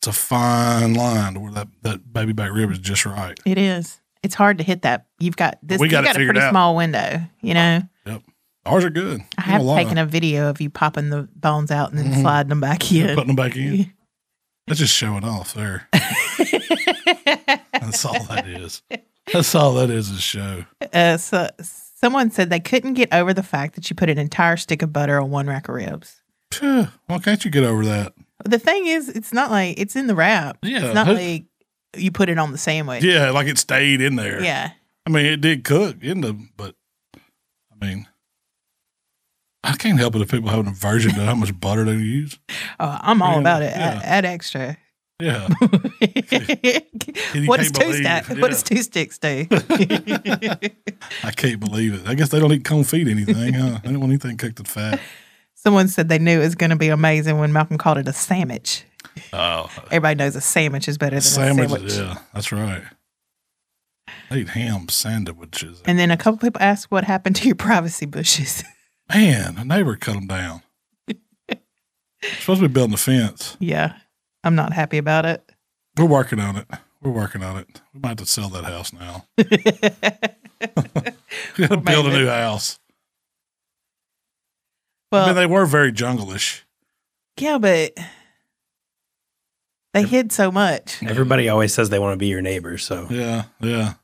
it's a fine line to where that, that baby back rib is just right. It is. It's hard to hit that. You've got this. We you got it got a figured pretty out. small window. You know, Ours are good. I have taken a video of you popping the bones out and then Mhm. sliding them back in. putting them back [LAUGHS] in. That's just showing off there. That's all that is. That's all that is is show. uh, so, someone said they couldn't get over the fact that you put an entire stick of butter on one rack of ribs. Phew, why can't you get over that? The thing is, it's not like it's in the wrap. Yeah, it's not who- like you put it on the sandwich. Yeah, like it stayed in there. yeah. I mean, it did cook in the, but I mean, I can't help it if people have an aversion to how much butter they use. Oh, I'm all Yeah, about it. yeah. Add, add extra. Yeah. what does can't two believe- stack? yeah. What does two sticks do? [LAUGHS] I can't believe it. I guess they don't eat confit anything, huh? They don't want anything cooked in fat. Someone said they knew it was going to be amazing when Malcolm called it a sandwich. Oh, Everybody knows a sandwich is better than sandwiches. a sandwich. Yeah, that's right. I eat ham sandwiches. And then a couple people asked what happened to your privacy bushes. [LAUGHS] Man, a neighbor cut them down. Supposed to be building a fence. yeah. I'm not happy about it. We're working on it. We're working on it. We might have to sell that house now. [LAUGHS] We got to Or build a maybe- new house. I well, mean, they were very junglish. yeah, but they hid so much. Everybody always says they want to be your neighbor, so Yeah, yeah.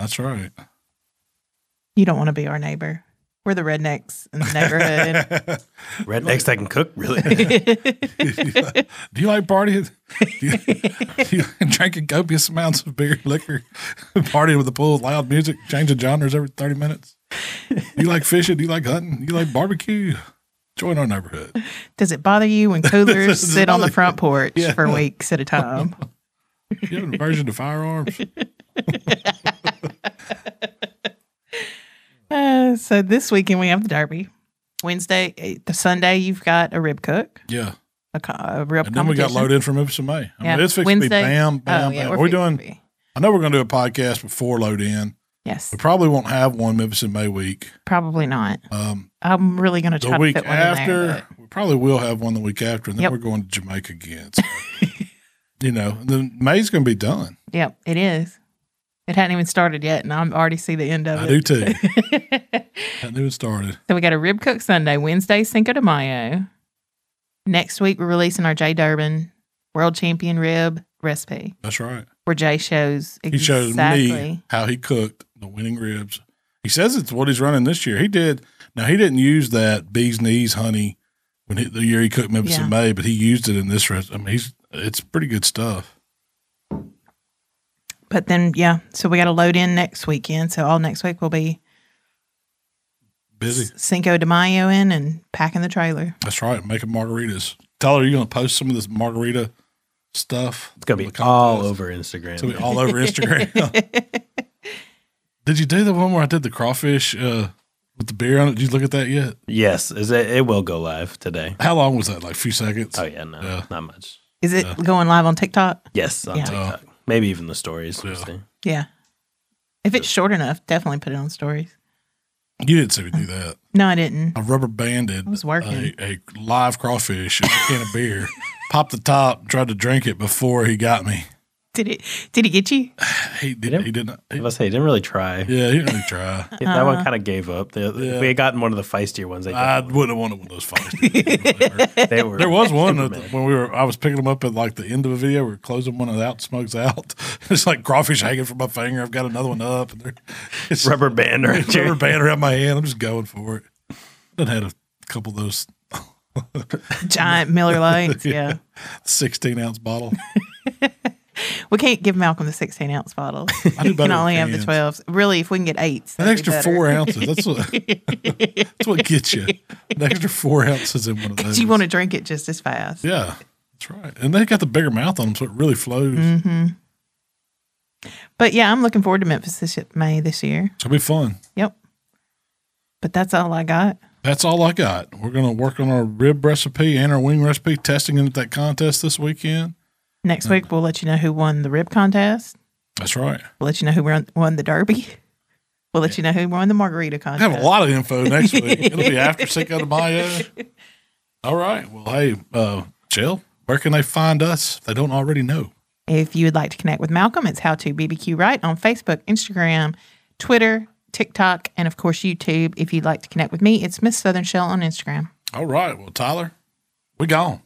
That's right. [LAUGHS] You don't want to be our neighbor. We're the rednecks [LAUGHS] in the neighborhood. rednecks that can cook [LAUGHS] really. Do you like partying? [LAUGHS] Do you, do you like drinking copious amounts of beer, liquor, [LAUGHS] partying with the pool, loud music, changing genres every 30 minutes? Do you like fishing? Do you like hunting? Do you like barbecue? Join our neighborhood. Does it bother [LAUGHS] you when coolers Does it sit on the bother front porch Yeah. for weeks at a time? You have an aversion to firearms? Uh, so this weekend we have the Derby. Wednesday, eh, the Sunday, you've got a rib cook, Yeah. a, co- a rib And then we got competition. loaded in from episode May. I Yeah. mean, it's fixed to be bam, bam, Oh, yeah, bam. we're Are we fixing to doing? be. I know we're going to do a podcast before load in. Yes, We probably won't have one Memphis in May week. probably not. Um, I'm really going to try the to week fit one in after, there. we probably will have one the week after, and then Yep. we're going to Jamaica again. [LAUGHS] So, you know, then May's going to be done. but- Yep, it is. It hadn't even started yet, and I'm already see the end of I do it. too. I knew it started. [LAUGHS] so we got a rib cook Sunday, Wednesday Cinco de Mayo. Next week we're releasing our Jay Durbin World Champion rib recipe, That's right. where Jay shows He showed exactly. me how he cooked the winning ribs. He says it's what he's running this year. He did. Now he didn't use that bees knees honey when he, the year he cooked Memphis Yeah. in May, but he used it in this recipe. I mean, he's it's pretty good stuff. But then, yeah, so we got to load in next weekend. So all next week will be Busy. Cinco de Mayo in and packing the trailer. That's right. Making margaritas. Tyler, are you going to post some of this margarita stuff? It's gonna be all over Instagram. It's gonna be all over [LAUGHS] Instagram. [LAUGHS] did you do the one where I did the crawfish uh, with the beer on it? Did you look at that yet? yes, is it, it will go live today. How long was that? Like a few seconds. Oh yeah, no, Yeah. not much. Is it going live on TikTok? Yes, on Yeah. TikTok. Maybe even the stories. we'll Yeah. see. Yeah. If it's short enough, definitely put it on stories. You didn't see me do that. No, I didn't. I rubber banded was working. A, a live crawfish in a can of [LAUGHS] beer. Popped the top, tried to drink it before he got me. Did it? Did it get you? [LAUGHS] He didn't. He didn't. he- I must say, he didn't really try. yeah, he didn't really [LAUGHS] try. that one kind of gave up. The, If we had gotten one of the feistier ones, they, I wouldn't have wanted one of those fights. they were. There was one that- when we were. I was picking them up at like the end of a video. We were closing one out, smokes out. [LAUGHS] It's like crawfish hanging from my finger. I've got another one up, and they're, [LAUGHS] it's rubber, rubber band right rubber there. band around my hand. I'm just going for it. Done had a couple of those Giant [LAUGHS] Miller Lights. yeah. 16 ounce [LAUGHS] bottle. We can't give Malcolm the 16 ounce bottle. I I do can better only with have the cans. 12s. Really, if we can get eights, An that'd be extra better. four ounces. That's what. [LAUGHS] that's what gets you. An extra four ounces in one of those. You want to drink it just as fast. Yeah, that's right. And they got the bigger mouth on them, so it really flows. Mm. But yeah, I'm looking forward to Memphis this May this year. It'll be fun. Yep. But that's all I got. That's all I got. We're going to work on our rib recipe and our wing recipe, testing it at that contest this weekend. Next week, we'll let you know who won the rib contest. That's right. We'll let you know who won, won the derby. [LAUGHS] We'll let you know who won the margarita I have contest. a lot of info next week. It'll be after Cinco de Mayo. All right. Well, hey, uh, Jill, where can they find us if they don't already know? If you would like to connect with Malcolm, it's How to BBQ Right on Facebook, Instagram, Twitter, TikTok, and of course YouTube. If you'd like to connect with me, it's Miss Southern Shell on Instagram. All right. Well, Tyler, we gone.